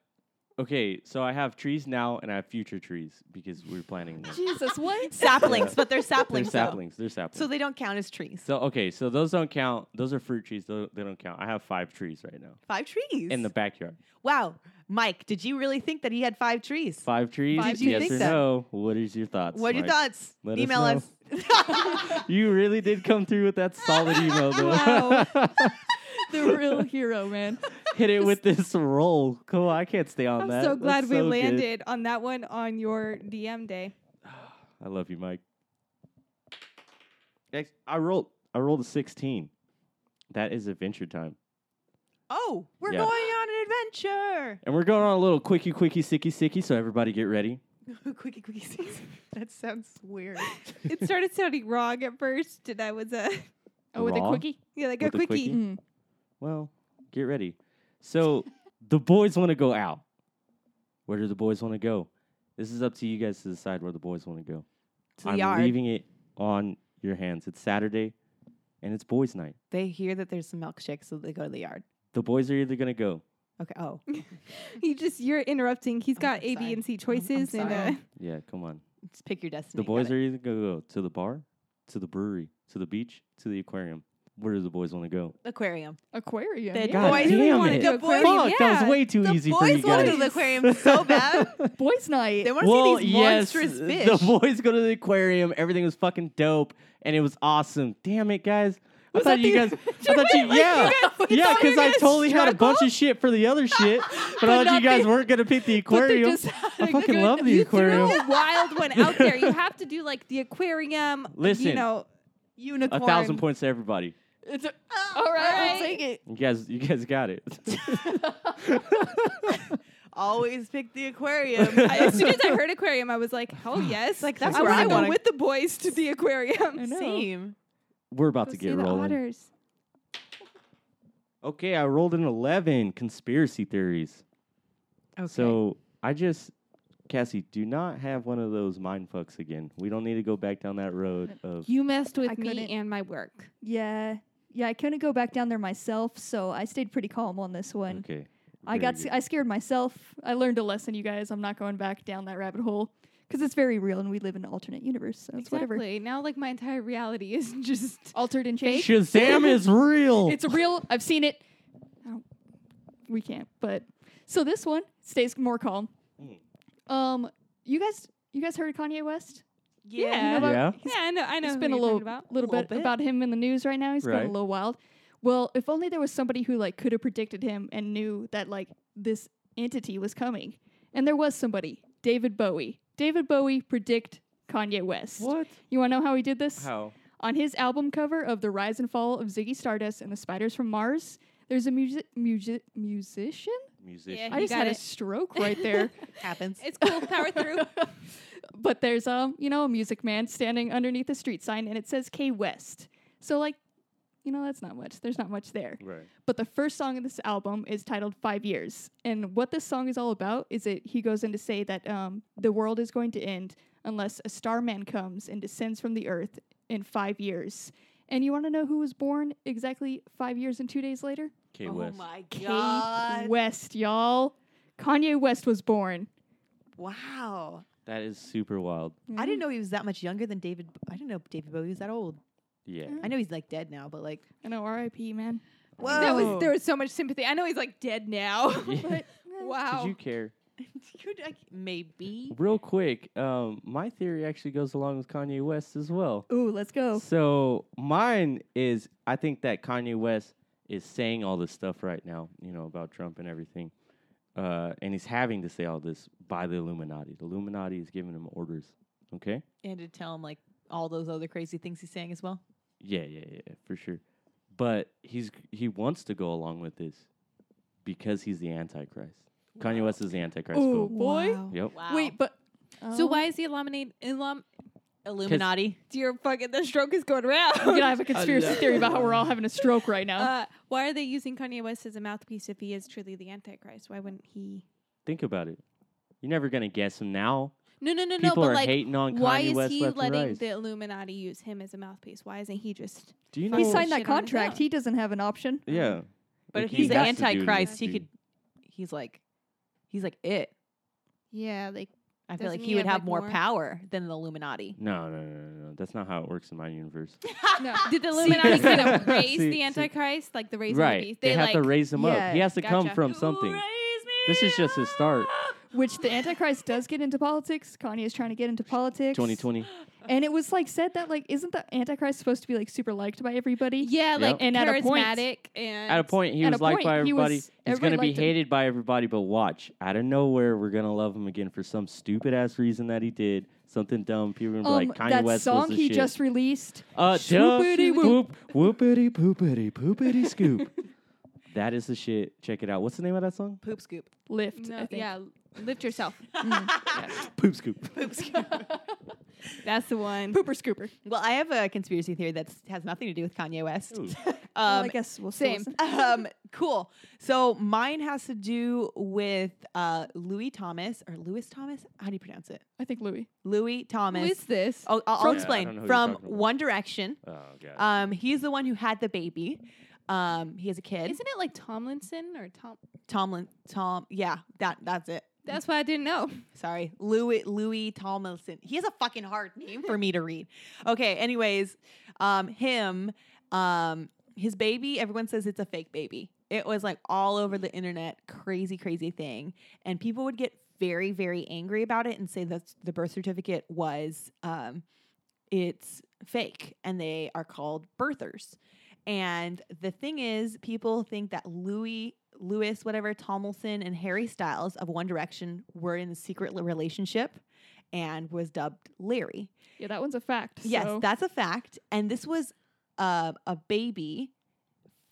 S1: Okay, so I have trees now, and I have future trees because we're planting them.
S3: Jesus, what?
S4: Saplings,
S1: Yeah.
S4: but
S1: They're
S4: they're saplings. though.
S1: saplings. They're saplings.
S4: So they don't count as trees.
S1: So okay, so those don't count. Those are fruit trees. Those, they don't count. I have five trees right now
S4: Five trees.
S1: in the backyard.
S4: wow, Mike, did you really think that he had five trees?
S1: Five trees.
S4: Five trees.
S1: yes
S4: Think
S1: or
S4: so.
S1: no? What is your thoughts?
S4: What are your
S1: Mike?
S4: thoughts?
S1: let us
S4: Email
S1: know.
S4: us.
S1: You really did come through with that solid email though.
S3: the real hero, man.
S1: Hit it with this roll. Cool. I can't stay on
S5: I'm
S1: that.
S5: so
S1: Oh, That's
S5: glad we
S1: good.
S5: landed on that one on your DM day.
S1: I love you, Mike. Next, I rolled. I rolled a sixteen. That is adventure time,
S4: Oh, we're
S1: Yeah.
S4: going on an adventure.
S1: and we're going on a little quickie, quickie, sicky, sicky. So everybody, get ready.
S4: quickie, quickie, sneeze. That sounds weird.
S5: it started sounding wrong at first, and I was a
S3: Oh, with a
S1: Raw?
S3: quickie?
S5: yeah, like
S1: With
S5: a
S1: a
S5: quickie.
S1: quickie?
S4: mm.
S1: Well, get ready. So the boys want to go out. Where do the boys want to go? This is up to you guys to decide where the boys want to go.
S4: To the
S1: I'm
S4: yard.
S1: leaving it on your hands. It's Saturday, and it's boys' night.
S4: They hear that there's some milkshake, so they go to the yard.
S1: The boys are either gonna go.
S4: Okay. Oh,
S5: You just you're interrupting. He's got A, B,
S4: sorry.
S5: and C choices, and
S4: sorry.
S5: uh,
S1: Yeah, come on.
S4: just pick your destiny.
S1: The boys
S4: Got
S1: are
S4: it.
S1: either gonna go to the bar, to the brewery, to the beach, to the aquarium. Where do the boys want to go?
S4: aquarium.
S3: Aquarium.
S4: The
S3: yeah.
S1: God
S4: boys
S1: damn
S4: wanna
S1: it.
S4: go to
S5: The
S4: aquarium.
S5: boys-
S1: Fuck, that
S5: yeah.
S1: was way too
S4: The
S1: easy for you
S4: boys want to
S1: guys.
S4: go to the aquarium so bad.
S3: Boys night.
S4: They want to
S1: well,
S4: see these
S1: yes,
S4: monstrous fish.
S1: the boys go to the aquarium. Everything was fucking dope, and it was awesome. Damn it, guys! I thought you guys, I thought you, yeah, yeah, because I totally had a bunch of shit for the other shit, but, I thought you guys weren't gonna pick the aquarium. I fucking love the
S5: you
S1: aquarium.
S5: threw a wild one out there. You have to do like the aquarium. you
S1: Listen. A
S5: know,
S4: unicorn. Oh,
S1: thousand points to everybody.
S3: It's a- all right, I'll
S5: right.
S3: take it.
S1: You guys, you guys got it.
S4: Always pick the aquarium.
S5: I- as soon as I heard aquarium, I was like, hell yes, like
S4: that's
S5: I
S4: where
S5: want
S4: I
S5: to go
S4: wanna-
S5: with the boys to the aquarium.
S3: know.
S4: Same.
S1: We're about to get rolling. Okay, I rolled an eleven. Conspiracy theories.
S4: Okay.
S1: So I just, Cassie, do not have one of those mind fucks again. We don't need to go back down that road of.
S5: You messed with
S3: I
S5: me
S3: couldn't-
S5: and my work.
S3: Yeah. Yeah, I couldn't go back down there myself, so I stayed pretty calm on this one.
S1: Okay.
S3: I
S1: very
S3: got
S1: good.
S3: s- I scared myself. I learned a lesson, you guys. I'm not going back down that rabbit hole because it's very real, and we live in an alternate universe, so it's
S5: exactly.
S3: whatever.
S5: Now, like my entire reality is just
S3: Altered and changed.
S1: Shazam is real.
S3: It's real. I've seen it. I don't- we can't. But so this one stays more calm.
S1: Hmm.
S3: Um, you guys, you guys heard of Kanye West?
S5: yeah.
S3: You know about-
S1: yeah.
S5: yeah, I know. I know.
S3: It's
S5: who
S3: been a
S5: you're
S3: little,
S5: talking about.
S3: little
S4: Little
S3: bit,
S4: bit.
S3: about him in the news right now. He's going
S1: Right.
S3: a little wild. well, if only there was somebody who like could have predicted him and knew that like this entity was coming. And there was somebody, David Bowie. David Bowie predict Kanye West.
S1: What?
S3: You want to know how he did this?
S1: How?
S3: On his album cover of The Rise and Fall of Ziggy Stardust and the Spiders from Mars, there's a music music musician.
S1: Musician.
S5: Yeah,
S3: I
S5: You
S3: just
S5: got
S3: had a
S5: it.
S3: stroke right there.
S4: Happens.
S5: It's cool. Power through.
S3: but there's um, you know, a music man standing underneath a street sign and it says K West. So like, you know, that's not much. There's not much there.
S1: Right.
S3: But the first song of this album is titled Five Years. And what this song is all about is it he goes in to say that um, the world is going to end unless a starman comes and descends from the earth in five years. And you want to know who was born exactly five years and two days later?
S1: K
S5: Oh
S1: West.
S4: oh my
S3: Kanye West, y'all. Kanye West was born.
S4: Wow.
S1: That is super wild.
S5: Mm-hmm.
S4: I didn't know he was that much younger than David. Bo- I didn't know David Bowie was that old.
S1: Yeah.
S4: I know he's like dead now, but like,
S3: I know, R.I.P. Man. Oh.
S4: whoa.
S5: That was there was so much sympathy. I know he's like dead now.
S1: Yeah.
S5: wow.
S1: Did you care?
S4: Could I- maybe.
S1: Real quick, um, my theory actually goes along with Kanye West as well.
S3: Ooh, let's
S5: Oh.
S3: go.
S1: So mine is I think that Kanye West is saying all this stuff right now, you know, about Trump and everything. Uh, and he's having to say all this by the Illuminati. The Illuminati is giving him orders. Okay?
S4: And to tell him like all those other crazy things he's saying as well.
S1: Yeah, yeah, yeah, yeah, for sure. But he's he wants to go along with this because he's the Antichrist. Kanye West is the Antichrist.
S3: Ooh,
S1: boom.
S3: boy.
S1: Yep.
S4: Wow.
S3: Wait, but.
S5: So why is he illuminating? Illum-
S4: Illuminati.
S5: dear fucking the stroke is going around.
S3: I'm gonna have a conspiracy theory about how we're all having a stroke right now.
S5: uh, why are they using Kanye West as a mouthpiece if he is truly the Antichrist? Why wouldn't he?
S1: Think about it. You're never gonna guess him now.
S5: No, no, no,
S1: People
S5: no. But
S1: are
S5: like,
S1: hating on Kanye
S5: why is
S1: West
S5: he
S1: left and
S5: letting
S1: right.
S5: the Illuminati use him as a mouthpiece? Why isn't he just?
S1: Do you know?
S3: he
S5: No.
S3: signed
S5: Shit on
S3: that
S5: his
S3: contract.
S5: own.
S3: He doesn't have an option.
S1: yeah.
S4: But
S1: Like,
S4: if
S1: he
S4: he's the
S1: has to do this,
S4: Antichrist, he
S1: dude.
S4: could. He's like, he's like it.
S5: Yeah, like
S4: I feel like
S5: Doesn't
S4: he,
S5: he
S4: would
S5: have,
S4: have
S5: like,
S4: more,
S5: more-
S4: power than the Illuminati.
S1: No, no, no, no, no. That's not how it works in my universe.
S3: No.
S5: did the Illuminati kind of
S1: See,
S5: raise
S1: see.
S5: the Antichrist like the raising
S1: right.
S5: the beast?
S1: They, have
S5: like,
S1: to raise him up.
S3: Yeah,
S1: He has to come
S5: gotcha.
S1: from something. This is just his start.
S3: Which the Antichrist does get into politics. Kanye is trying to get into politics.
S1: 2020.
S3: And it was like said that like isn't the Antichrist supposed to be like super liked by everybody?
S5: yeah, like
S1: Yep.
S3: And at a point-
S5: charismatic and
S1: At a point, he
S3: At
S1: was
S3: a
S1: liked
S3: point,
S1: by
S3: he was-
S1: everybody. He's
S3: everybody
S1: going to be
S3: liked him.
S1: hated by everybody, but watch. Out of nowhere, we're going to love him again for some stupid ass reason that he did. Something dumb. People are going to
S3: Um,
S1: be like, Kanye
S3: that
S1: West was
S3: song
S1: the
S3: he
S1: shit.
S3: just released.
S1: uh,
S3: Swoopity
S1: swoopity
S3: whoop.
S1: whoop. Whoopity poopity poopity scoop. That is the shit. Check it out. What's the name of that song?
S4: Poop scoop.
S3: Lift. I
S5: No,
S3: think.
S5: yeah, lift yourself.
S1: Poop scoop.
S5: That's the one.
S3: Pooper scooper.
S4: Well, I have a conspiracy theory that has nothing to do with Kanye West.
S1: Ooh.
S3: well, I
S4: um,
S3: guess we'll
S5: same.
S3: Still listen.
S4: um, cool. So mine has to do with uh, Louis Thomas or Louis Thomas. How do you pronounce it?
S3: I think Louis.
S4: Louis Thomas. Oh,
S5: Who is this?
S3: Oh,
S4: I'll, I'll- I'll
S1: Yeah, I don't know
S4: explain.
S1: who you're
S4: From
S1: talking about.
S4: One Direction.
S1: Oh, God.
S3: Uh,
S4: Um, he's the one who had the baby. Um, he has a kid.
S5: Isn't it like Tomlinson or Tom?
S4: Tomlin. Tom. Yeah, that that's it.
S5: That's why I didn't know.
S4: Sorry, Louis Louis Tomlinson. He has a fucking hard name for me to read. Okay, anyways, um, him, um, his baby. Everyone says it's a fake baby. It was like all over the internet, crazy, crazy thing, and people would get very, very angry about it and say that the birth certificate was, um, it's fake, and they are called birthers. And the thing is, people think that Louis, Lewis, whatever, Tomlinson, and Harry Styles of One Direction were in a secret li- relationship and was dubbed Larry.
S3: Yeah, that one's a fact.
S4: Yes,
S3: so-
S4: that's a fact. And this was uh, a baby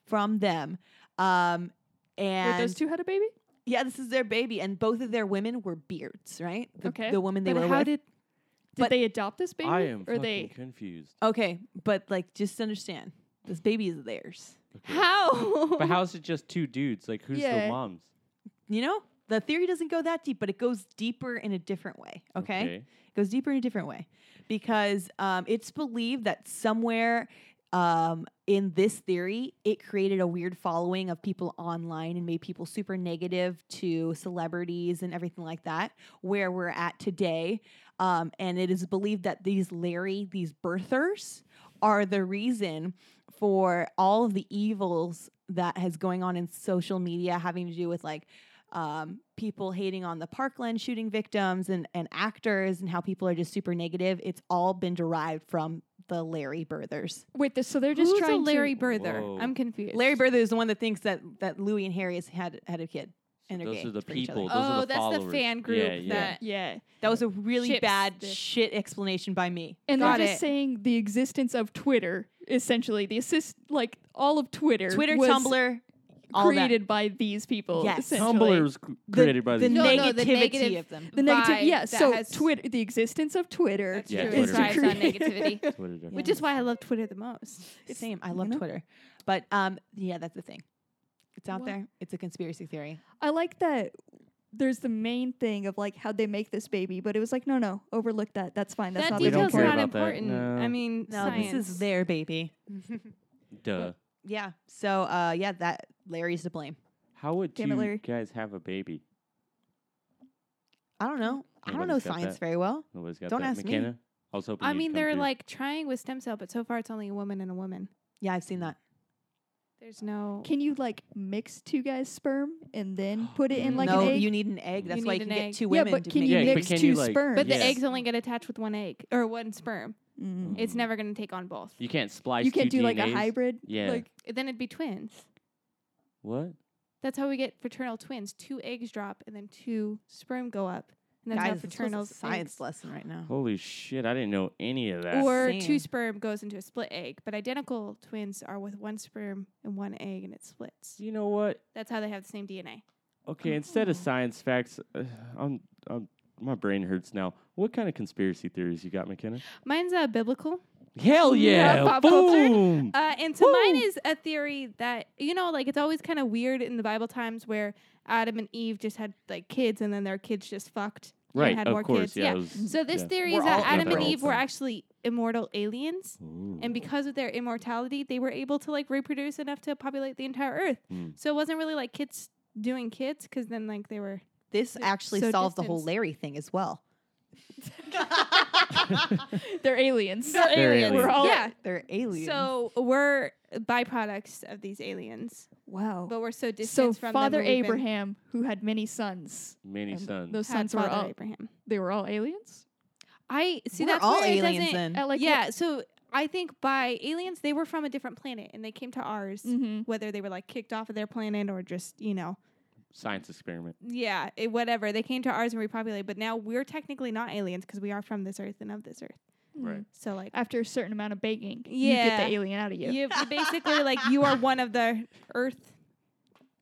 S4: from them. Um, and
S3: Wait, those two had a baby.
S4: yeah, this is their baby. And both of their women were beards, right? The,
S3: Okay.
S4: The woman they
S5: but
S4: were
S5: how
S4: with.
S5: did?
S3: Did
S4: But-
S3: they adopt this baby?
S1: I am
S3: Or
S1: fucking
S3: they?
S1: confused.
S4: okay, but like just understand this baby is theirs.
S5: How?
S1: But how is it just two dudes? Like, who's
S3: Yeah.
S1: the moms?
S4: You know, the theory doesn't go that deep, but it goes deeper in a different way. okay. goes deeper in a different way because um, it's believed that somewhere um, in this theory, it created a weird following of people online and made people super negative to celebrities and everything like that, where we're at today. Um, and it is believed that these Larry, these birthers, are the reason for all of the evils that has going on in social media having to do with like um, people hating on the Parkland shooting victims and, and actors and how people are just super negative. It's all been derived from the Larry Birthers.
S3: Wait, this, so they're just
S5: Who's
S3: trying
S5: a Larry
S3: to.
S5: Birther?
S1: Whoa.
S5: I'm confused.
S4: Larry Birther is the one that thinks that that Louis and Harry has had had a kid. and
S1: those
S4: gay
S1: are the
S4: for each other.
S1: people. Those are
S5: Oh,
S1: the
S5: that's the
S1: followers.
S5: fan group
S1: Yeah, yeah.
S5: that
S3: Yeah,
S4: That was a really
S5: Ships
S4: bad
S5: this.
S4: shit explanation by me.
S3: and
S5: Got
S3: they're just
S5: it.
S3: saying the existence of Twitter, essentially the assist, like all of Twitter,
S4: Twitter,
S3: was
S4: Tumblr, all that.
S3: created by these people.
S4: Yes.
S3: essentially.
S1: Tumblr was c-
S4: The-
S1: created by
S4: the
S1: these
S5: No,
S1: people.
S4: negativity
S5: no, the negative-
S4: of them.
S3: The negative,
S5: vibe
S3: yeah.
S5: that
S3: So
S5: has-
S3: Twitter, the existence of Twitter
S5: That's
S1: Yeah,
S5: true.
S1: Twitter.
S3: is to
S5: thrives on
S3: create-
S5: negativity,
S1: Twitter, yeah.
S5: which is why I love Twitter the most.
S4: It's Same. I love
S7: know?
S4: Twitter, but um, yeah, that's the thing. It's out
S3: Wow.
S4: there. It's a conspiracy theory.
S3: I like that there's the main thing of like how they make this baby, but it was like, no, no, overlook that. That's fine. That's
S5: that
S3: not
S1: We don't
S5: detail's
S1: care
S5: not
S1: about that,
S5: important.
S1: no.
S5: I mean,
S4: No,
S5: science.
S4: this is their baby.
S1: Duh.
S4: Yeah. So uh, yeah, that Larry's to blame.
S1: How would
S3: Damn it,
S1: you
S3: Larry.
S1: guys have a baby?
S4: I don't know. I don't know
S1: Nobody's got
S4: science
S1: that.
S4: very well.
S1: Nobody's got
S4: Don't
S1: that.
S4: ask me.
S1: McKenna? I was hoping.
S5: I
S1: you'd
S5: mean,
S1: come
S5: they're
S1: through.
S5: like trying with stem cell, but so far it's only a woman and a woman.
S4: Yeah, I've seen that.
S5: There's no.
S3: Can you like mix two guys' sperm and then put it in like
S4: no,
S3: an egg?
S4: you need an egg. That's
S5: You
S4: why
S5: need
S4: you
S5: an
S4: can
S5: egg.
S4: get two
S3: yeah,
S4: women.
S3: but
S4: to
S3: can
S4: make
S3: you
S1: Yeah,
S4: it.
S1: but
S3: mix
S1: can
S3: two
S1: you, like-
S3: sperm?
S5: but
S1: Yes.
S5: the eggs only get attached with one egg or one sperm.
S3: Mm.
S5: It's
S1: Mm.
S5: never going to take on both.
S1: You can't splice.
S3: you can't
S1: two
S3: do like a
S1: DNAs?
S3: hybrid.
S1: Yeah.
S3: Like,
S5: Then it'd be twins.
S1: What?
S5: That's how we get fraternal twins. Two eggs drop, and then two sperm go up, and that's
S4: Guys,
S5: how
S4: this was
S5: fraternal
S4: a science lesson right now.
S1: Holy shit! I didn't know any of that.
S5: Or two
S4: Same.
S5: sperm goes into a split egg, but identical twins are with one sperm and one egg, and it splits.
S1: you know what?
S5: That's how they have the same DNA.
S1: Okay, instead of science facts, uh, I'm, I'm, my brain hurts now. What kind of conspiracy theories you got, McKenna?
S5: Mine's uh, biblical.
S1: Hell
S5: Yeah,
S1: yeah!
S5: pop culture.
S1: boom!
S5: Uh, and so mine
S1: Woo!
S5: is a theory that you know, like it's always kind of weird in the Bible times where Adam and Eve just had like kids, and then their kids just fucked. and
S1: right,
S5: had
S1: of
S5: more
S1: course.
S5: kids.
S1: Yeah.
S5: yeah.
S1: it was-
S5: So this
S1: yeah.
S5: theory
S4: We're
S5: is that
S4: all
S5: Adam and
S1: immortal.
S5: Eve were actually immortal aliens.
S1: Ooh.
S5: and because of their immortality they were able to like reproduce enough to populate the entire earth
S1: Mm.
S5: so it wasn't really like kids doing kids because then like they were
S4: This actually
S5: so
S4: solved the whole
S5: distance.
S4: Larry thing as well.
S3: they're aliens.
S1: They're aliens.
S4: We're
S3: Oh,
S4: all-
S5: Yeah.
S4: They're aliens.
S5: so we're byproducts of these aliens
S3: wow.
S5: but we're so
S3: So
S5: distant from
S3: Father
S5: them we've been-
S3: Abraham, who had many sons,
S1: many
S3: and
S1: sons.
S3: those
S5: had
S3: sons were
S5: Father
S3: all
S5: abraham
S3: they were all aliens.
S5: i see
S4: We're
S5: that's
S4: all
S5: where it
S4: aliens
S5: doesn't- uh,
S4: then.
S3: At like
S5: yeah so i think by aliens they were from a different planet and they came to ours
S3: hmm
S5: whether they were like kicked off of their planet or just you know
S1: Science experiment.
S5: yeah it, whatever they came to ours and repopulated but now we're technically not aliens because we are from this earth and of this earth
S1: Right.
S5: So like
S3: Mm-hmm. After a certain amount of baking, you get the
S5: Yeah.
S3: alien out of you.
S5: you, you basically like you are one of the earth.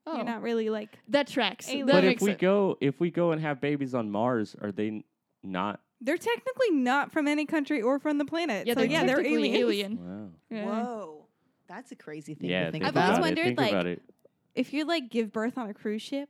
S3: Oh,
S5: You're not really like
S3: that tracks.
S5: Alien.
S3: That
S1: but if
S3: makes
S1: we
S3: sense.
S1: go, if we go and have babies on Mars, are they n- not?
S5: they're technically not from any country or from the planet.
S3: yeah,
S5: so
S3: they're
S5: yeah, they're
S3: technically
S5: aliens.
S3: alien.
S1: Wow.
S3: Yeah.
S4: Whoa. That's a crazy thing
S1: yeah.
S4: to think
S1: think
S5: I've always
S1: about
S4: about.
S1: it,
S5: wondered,
S1: think
S5: like,
S1: about it.
S5: If you like give birth on a cruise ship,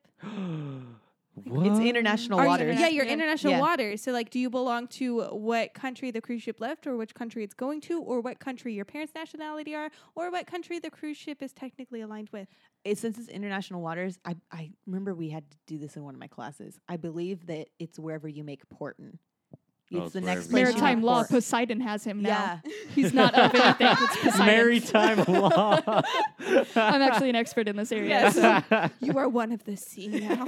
S1: What?
S4: It's international
S5: are you-
S4: waters.
S5: yeah, you're
S3: Yeah.
S5: international
S4: Yeah.
S5: waters. So like, do you belong to what country the cruise ship left, or which country it's going to, or what country your parents' nationality are, or what country the cruise ship is technically aligned with?
S4: It- since it's international waters, I, I remember we had to do this in one of my classes. I believe that it's wherever you make port in.
S1: Oh,
S4: It's
S1: it's
S4: the next
S1: wherever you make
S4: place. you
S3: Maritime
S4: make
S3: law.
S4: port.
S3: Poseidon has him now.
S4: Yeah.
S3: He's not of anything. It's Poseidon.
S1: Maritime law.
S3: I'm actually an expert in this area.
S5: Yes.
S3: so-
S5: You are one of the sea now.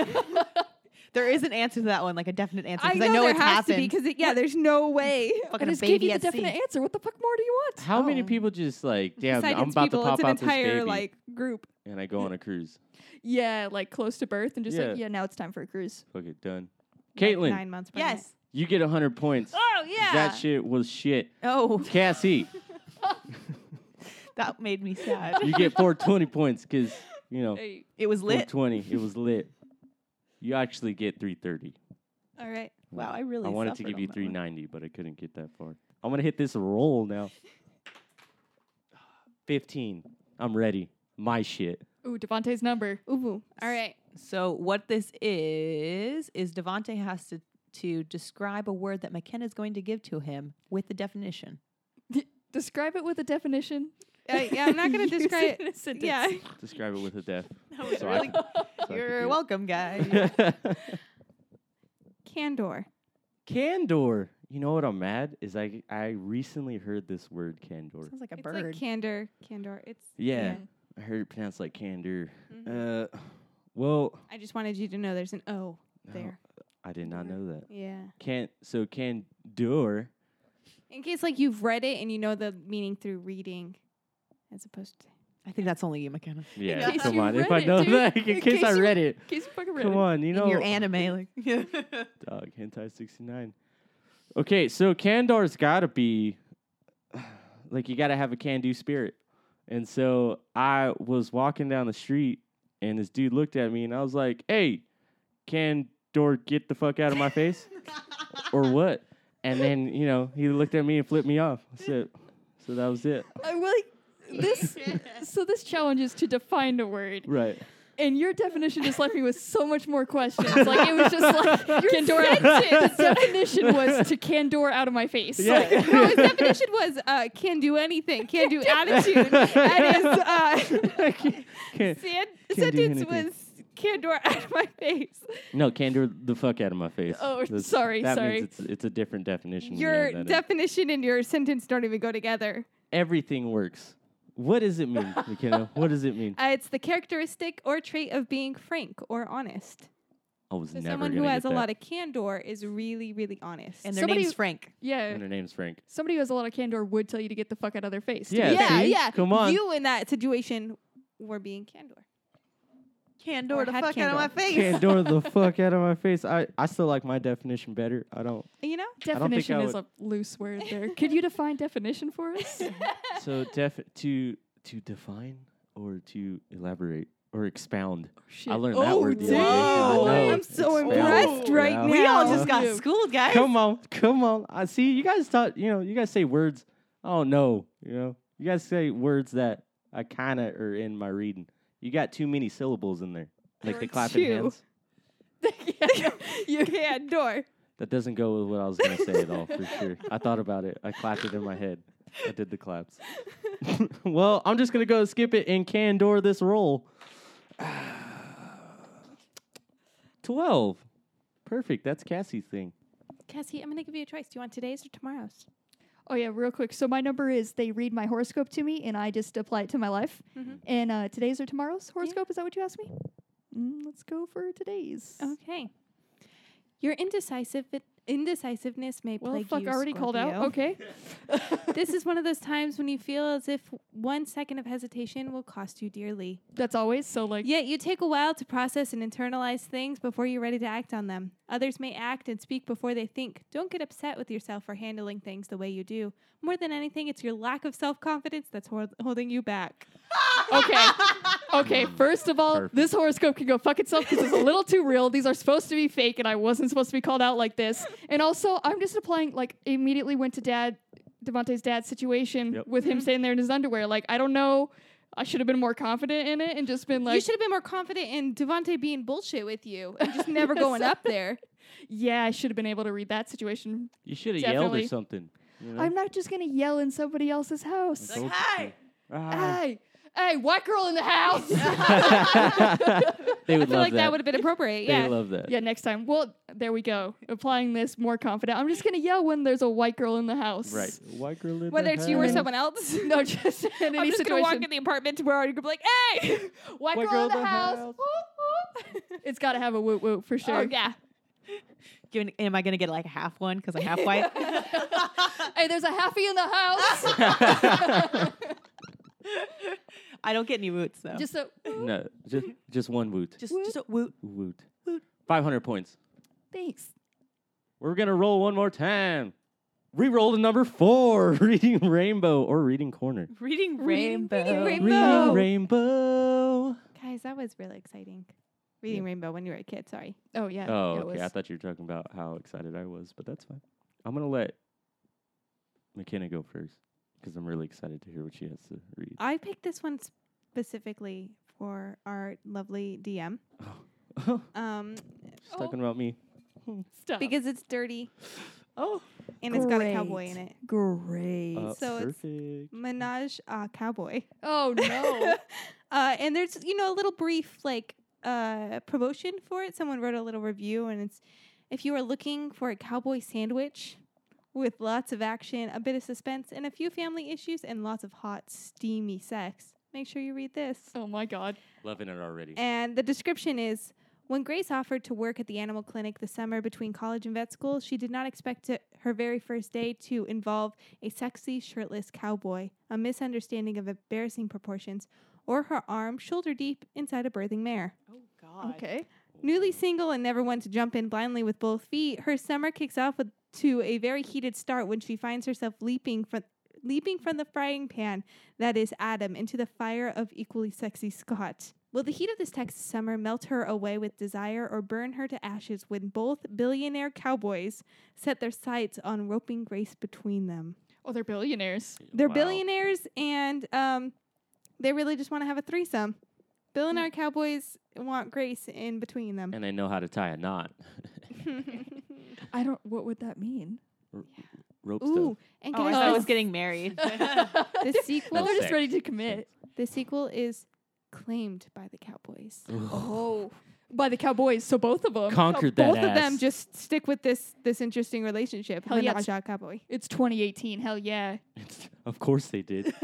S4: There is an answer to that one, like a definite answer.
S5: I
S4: Because
S5: know,
S4: I know,
S5: there
S4: it's
S5: has to be
S4: happened.
S5: because yeah, there's no way.
S3: I
S4: Fucking a
S3: just gave you
S4: baby
S3: the
S4: at sea.
S3: definite answer. What the fuck more do you want?
S1: How many
S4: Oh.
S1: people just like, damn,
S5: Besides
S1: I'm
S5: its
S1: about
S5: people,
S1: to pop
S5: it's an
S1: out
S5: entire
S1: this baby,
S5: like group.
S1: and I go on a cruise.
S3: Yeah, like close to birth and just
S1: Yeah.
S3: like, yeah, now it's time for a cruise.
S1: Fuck it, done.
S5: like,
S1: Caitlin,
S5: nine months. pregnant.
S4: Yes.
S1: you get hundred points.
S4: Oh yeah.
S1: That shit was shit.
S4: oh,
S1: Cassie,
S4: that made me sad.
S1: you get 420 points because you know
S3: Hey,
S4: it was lit.
S1: 420. It was lit. You actually get 330.
S5: All right.
S4: Wow, I really.
S1: I wanted to
S4: suffered
S1: give
S4: on
S1: you
S4: that one.
S1: 390, but I couldn't get that far. I'm gonna hit this roll now. 15. I'm ready. My shit.
S3: Ooh, Devontae's number.
S5: Ooh. All right.
S4: So what this is is Devante has to to describe a word that McKenna's going to give to him with the definition.
S3: Describe it with a definition.
S5: Uh, yeah, I'm not gonna
S3: Use
S5: describe.
S3: it in a sentence.
S5: Yeah.
S1: Describe it with a death.
S4: was
S1: So I
S4: really-
S1: can- so I can do
S4: You're
S1: it.
S4: welcome, guys.
S5: Candor.
S1: candor. You know what I'm mad is I I recently heard this word candor.
S4: Sounds like a
S5: it's
S4: bird.
S5: like candor. Candor. It's.
S1: Yeah,
S3: Yeah.
S1: I heard it pronounced like candor.
S5: Mhm.
S1: Uh, well,
S5: I just wanted you to know there's an O
S1: no,
S5: there.
S1: I did not know that.
S5: Yeah.
S1: Can't so candor
S5: In case like you've read it and you know the meaning through reading, as opposed to
S6: I think that's only you, McKenna.
S1: Yeah,
S3: case
S1: come
S3: you
S1: on. If
S3: read
S1: I
S3: it,
S1: know
S3: dude.
S1: that, in,
S3: In
S1: case I
S3: case you-
S1: read it,
S3: In case you fucking read
S1: come
S3: it.
S1: on. You know, uh,
S6: In your anime, like
S1: Dog, Hentai 69. Okay, so Kandar's got to be like you got to have a can-do spirit. And so I was walking down the street and this dude looked at me and I was like, "Hey, Kandor, get the fuck out of my face." or what? And then, you know, he looked at me and flipped me off. That's it. So that was it.
S3: I'm like Uh, this. so this challenge is to define a word,
S1: Right.
S3: and your definition just left me with so much more questions. like it was just like Candor. the definition was to Candor out of my face.
S1: Yeah.
S3: Like,
S5: No, his definition was uh, can do anything, can do attitude. That is, uh,
S1: Can- can-
S5: san-
S1: do
S5: sentence
S1: anything.
S5: was can door out of my face.
S1: no, Kandor, the fuck out of my face.
S3: Oh, sorry,
S1: that
S3: sorry.
S1: Means it's, it's a different definition. than
S5: Your
S1: that is.
S5: definition and your sentence don't even go together.
S1: everything works. What does it mean, McKenna? what does it mean?
S5: Uh, it's the characteristic or trait of being frank or honest.
S1: I was
S5: So
S1: never
S5: someone
S1: gonna
S5: who
S1: get
S5: has a
S1: that.
S5: lot of candor is really, really honest.
S4: and their
S3: Somebody-
S4: name's Frank.
S3: yeah.
S1: And her name's Frank.
S3: Somebody who has a lot of candor would tell you to get the fuck out of their face.
S1: Yeah,
S5: yeah,
S1: see?
S5: yeah.
S1: Come on.
S5: You in that situation were being candor.
S4: Candor
S5: Or
S4: the
S5: had
S4: fuck out of my
S5: Candor.
S4: face.
S1: Pandora the fuck out of my face. I, I still like my definition better. I don't.
S5: You know?
S1: I don't think
S3: Definition
S1: I
S3: is a loose word there. Could you define definition for us?
S1: So def to to define or to elaborate or expound.
S3: Shit.
S1: I learned that word the other day. I
S4: whoa.
S1: know,
S5: Oh, I'm so
S1: expound.
S5: impressed right
S1: Yeah.
S5: now.
S4: We all just
S3: Now-
S4: got schooled, guys.
S1: Come on, come on. I see you guys thought you know you guys say words. I don't know. You know you guys say words that I kind of are in my reading. You got too many syllables in there, like the clapping
S5: two.
S1: hands.
S5: you candor.
S1: That doesn't go with what I was gonna say at all, for sure. I thought about it. I clapped it in my head. I did the claps. well, I'm just gonna go skip it and candor this roll. Twelve. Perfect. That's Cassie's thing.
S5: Cassie, I'm going to give you a choice. Do you want today's or tomorrow's?
S3: Oh yeah, real quick. So my number is they read my horoscope to me, and I just apply it to my life.
S5: Mhm.
S3: And uh, today's or tomorrow's horoscope? Is that what you asked me? Mm, let's go for today's.
S5: Okay. Your indecisive indecisiveness may
S3: Well,
S5: plague
S3: fuck,
S5: you.
S3: already called out.
S5: Scorpio.
S3: Okay.
S5: this is one of those times when you feel as if one second of hesitation will cost you dearly.
S3: That's always so like.
S5: Yet you take a while to process and internalize things before you're ready to act on them. Others may act and speak before they think. Don't get upset with yourself for handling things the way you do. More than anything, it's your lack of self confidence that's hor- holding you back.
S3: Okay. Okay. First of all,
S1: Mm-hmm. Perfect.
S3: this horoscope can go fuck itself because it's a little too real. These are supposed to be fake, and I wasn't supposed to be called out like this. And also, I'm just applying. Like, immediately went to dad, Devonte's dad's situation
S1: Yep.
S3: with
S5: Mm-hmm.
S3: him standing there in his underwear. Like, I don't know. I should have been more confident in it and just been
S5: you
S3: like,
S5: should have been more confident in Devonte being bullshit with you and just never going up there.
S3: yeah, I should have been able to read that situation
S1: You should have yelled or
S3: Definitely.
S1: something. You know?
S3: I'm not just gonna yell in somebody else's house.
S1: Told you
S4: hi.
S1: to. Ah.
S3: hey, hey, white girl in the house.
S1: they would
S5: I feel
S1: love
S5: like that, would have been appropriate.
S1: They
S5: Yeah.
S1: love that.
S3: yeah, next time. Well, there we go. Applying this more confident. I'm just gonna yell when there's a white girl in the house.
S1: Right. White girl in
S5: Whether
S1: the
S5: it's you or
S1: house.
S5: someone else.
S3: No, just in any
S5: I'm just
S3: situation.
S5: gonna walk in the apartment tomorrow and you're gonna be like, hey!
S3: white, girl, in the, house. Whoop, whoop. it's gotta have a woot woot for sure.
S5: Oh yeah.
S4: Given- am I gonna get like a half one because I'm half white?
S3: Hey, there's a happy in the house.
S4: I don't get any woots though.
S3: just so
S1: No, just just one woot.
S4: just, just a woot.
S1: woot.
S4: woot.
S1: Five hundred points.
S3: thanks.
S1: We're gonna roll one more time. Reroll to number four. Reading Rainbow or Reading Corner.
S4: Reading
S5: Reading-
S4: rainbow.
S5: reading rainbow.
S1: Reading Rainbow.
S5: Guys, that was really exciting. Reading Rainbow when you were a kid, sorry.
S3: Oh yeah.
S1: Oh,
S3: it
S1: okay.
S3: was.
S1: I thought you were talking about how excited I was, but that's fine. I'm gonna let McKenna go first because I'm really excited to hear what she has to read.
S5: I picked this one specifically for our lovely DM. Um
S1: She's talking about me.
S3: Stop.
S5: because it's dirty
S1: Oh,
S5: and it's got a
S3: Great.
S5: cowboy in it.
S3: Great.
S1: uh,
S5: So it's-
S1: perfect.
S5: Menage uh, cowboy.
S3: oh no.
S5: Uh, and there's you know a little brief like uh, promotion for it. Someone wrote a little review, and it's if you are looking for a cowboy sandwich with lots of action, a bit of suspense, and a few family issues, and lots of hot steamy sex, make sure you read this.
S3: oh my god.
S1: Loving it already.
S5: And the description is when Grace offered to work at the animal clinic the summer between college and vet school, she did not expect to, her very first day to involve a sexy shirtless cowboy, a misunderstanding of embarrassing proportions, or her arm shoulder deep inside a birthing mare.
S4: Oh God.
S3: Okay.
S5: Newly single and never one to jump in blindly with both feet, her summer kicks off with, to a very heated start when she finds herself leaping from leaping from the frying pan that is Adam into the fire of equally sexy Scott. Will the heat of this Texas summer melt her away with desire or burn her to ashes when both billionaire cowboys set their sights on roping grace between them?
S3: Oh, they're billionaires.
S5: They're
S1: Wow.
S5: billionaires and um, they really just want to have a threesome. Billionaire cowboys want grace in between them.
S1: And they know how to tie a knot.
S3: I don't. What would that mean?
S1: Rope
S5: Ooh,
S1: stuff.
S5: and
S4: Oh,
S5: can
S4: I
S5: I
S4: thought I
S5: say
S4: was getting married.
S3: Oh,
S5: the sequel?
S3: they're just
S1: sex.
S3: ready to commit.
S5: The sequel is claimed by the Cowboys.
S3: Oh, by the Cowboys. So both of them.
S1: Conquered that
S5: Both of them
S1: ass.
S5: just stick with this this interesting relationship.
S3: Hell
S5: the
S3: yeah,
S5: Knocked
S3: it's-
S5: Out Cowboy.
S3: It's 2018. Hell yeah.
S1: of course they did.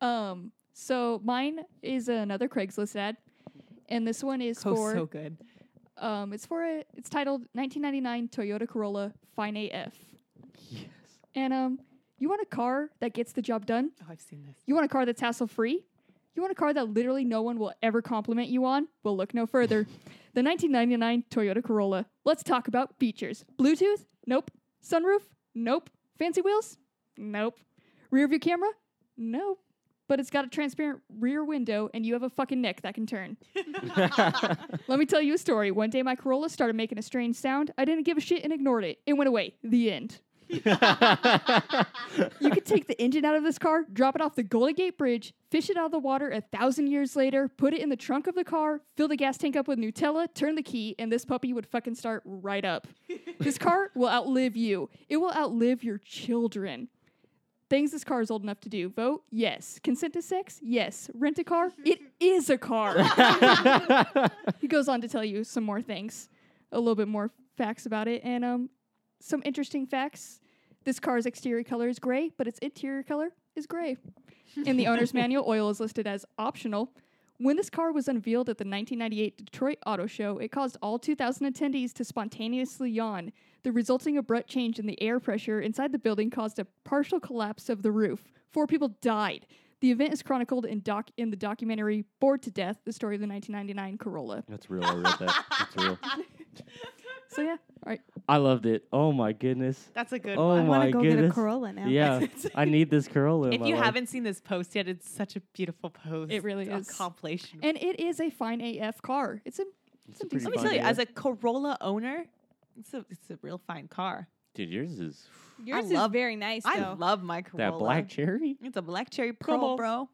S3: Um. So mine is another Craigslist ad, and this one is
S4: Oh,
S3: for
S4: so good.
S3: um. It's for a. It's titled 1999 Toyota Corolla Fine AF.
S1: yes.
S3: And um, you want a car that gets the job done?
S4: Oh, I've seen this.
S3: You want a car that's hassle free? You want a car that literally no one will ever compliment you on? Well, look no further. the 1999 Toyota Corolla. Let's talk about features. Bluetooth? Nope. Sunroof? Nope. Fancy wheels? Nope. Rear view camera? Nope. But it's got a transparent rear window and you have a fucking neck that can turn. Let me tell you a story. One day my Corolla started making a strange sound. I didn't give a shit and ignored it. It went away. The end. You could take the engine out of this car, drop it off the Golden Gate Bridge, fish it out of the water a thousand years later, put it in the trunk of the car, fill the gas tank up with Nutella, turn the key, and this puppy would fucking start right up. this car will outlive you. It will outlive your children. Things this car is old enough to do. Vote yes. Consent to sex? Yes. Rent a car? It is a car. he goes on to tell you some more things, a little bit more facts about it, and um, some interesting facts. This car's exterior color is gray, but its interior color is gray. In the owner's manual, oil is listed as optional. When this car was unveiled at the 1998 Detroit Auto Show, it caused all 2,000 attendees to spontaneously yawn. The resulting abrupt change in the air pressure inside the building caused a partial collapse of the roof. Four people died. The event is chronicled in, doc- in the documentary Bored to Death, the story of the 1999 Corolla.
S1: That's real. I read that. That's real.
S3: So, yeah. All right.
S1: I loved it. Oh my goodness.
S4: That's a good
S1: Oh
S4: one.
S5: I
S1: my
S5: want to go
S1: goodness.
S5: get a Corolla now.
S1: Yeah, I need this Corolla. in
S4: If
S1: my
S4: you
S1: life.
S4: haven't seen this post yet, it's such a beautiful post.
S3: It really
S4: a
S3: is.
S4: compilation.
S3: And it is a fine AF car. It's a
S1: It's a pretty
S4: Let me
S1: fun
S4: tell you,
S1: idea.
S4: as a Corolla owner, it's a it's a real fine car.
S1: dude, yours is
S5: Yours
S4: love-
S5: is very nice
S4: I
S5: though.
S4: love my Corolla.
S1: that black cherry,
S4: It's a black cherry
S1: Come
S4: pearl,
S1: on.
S4: bro.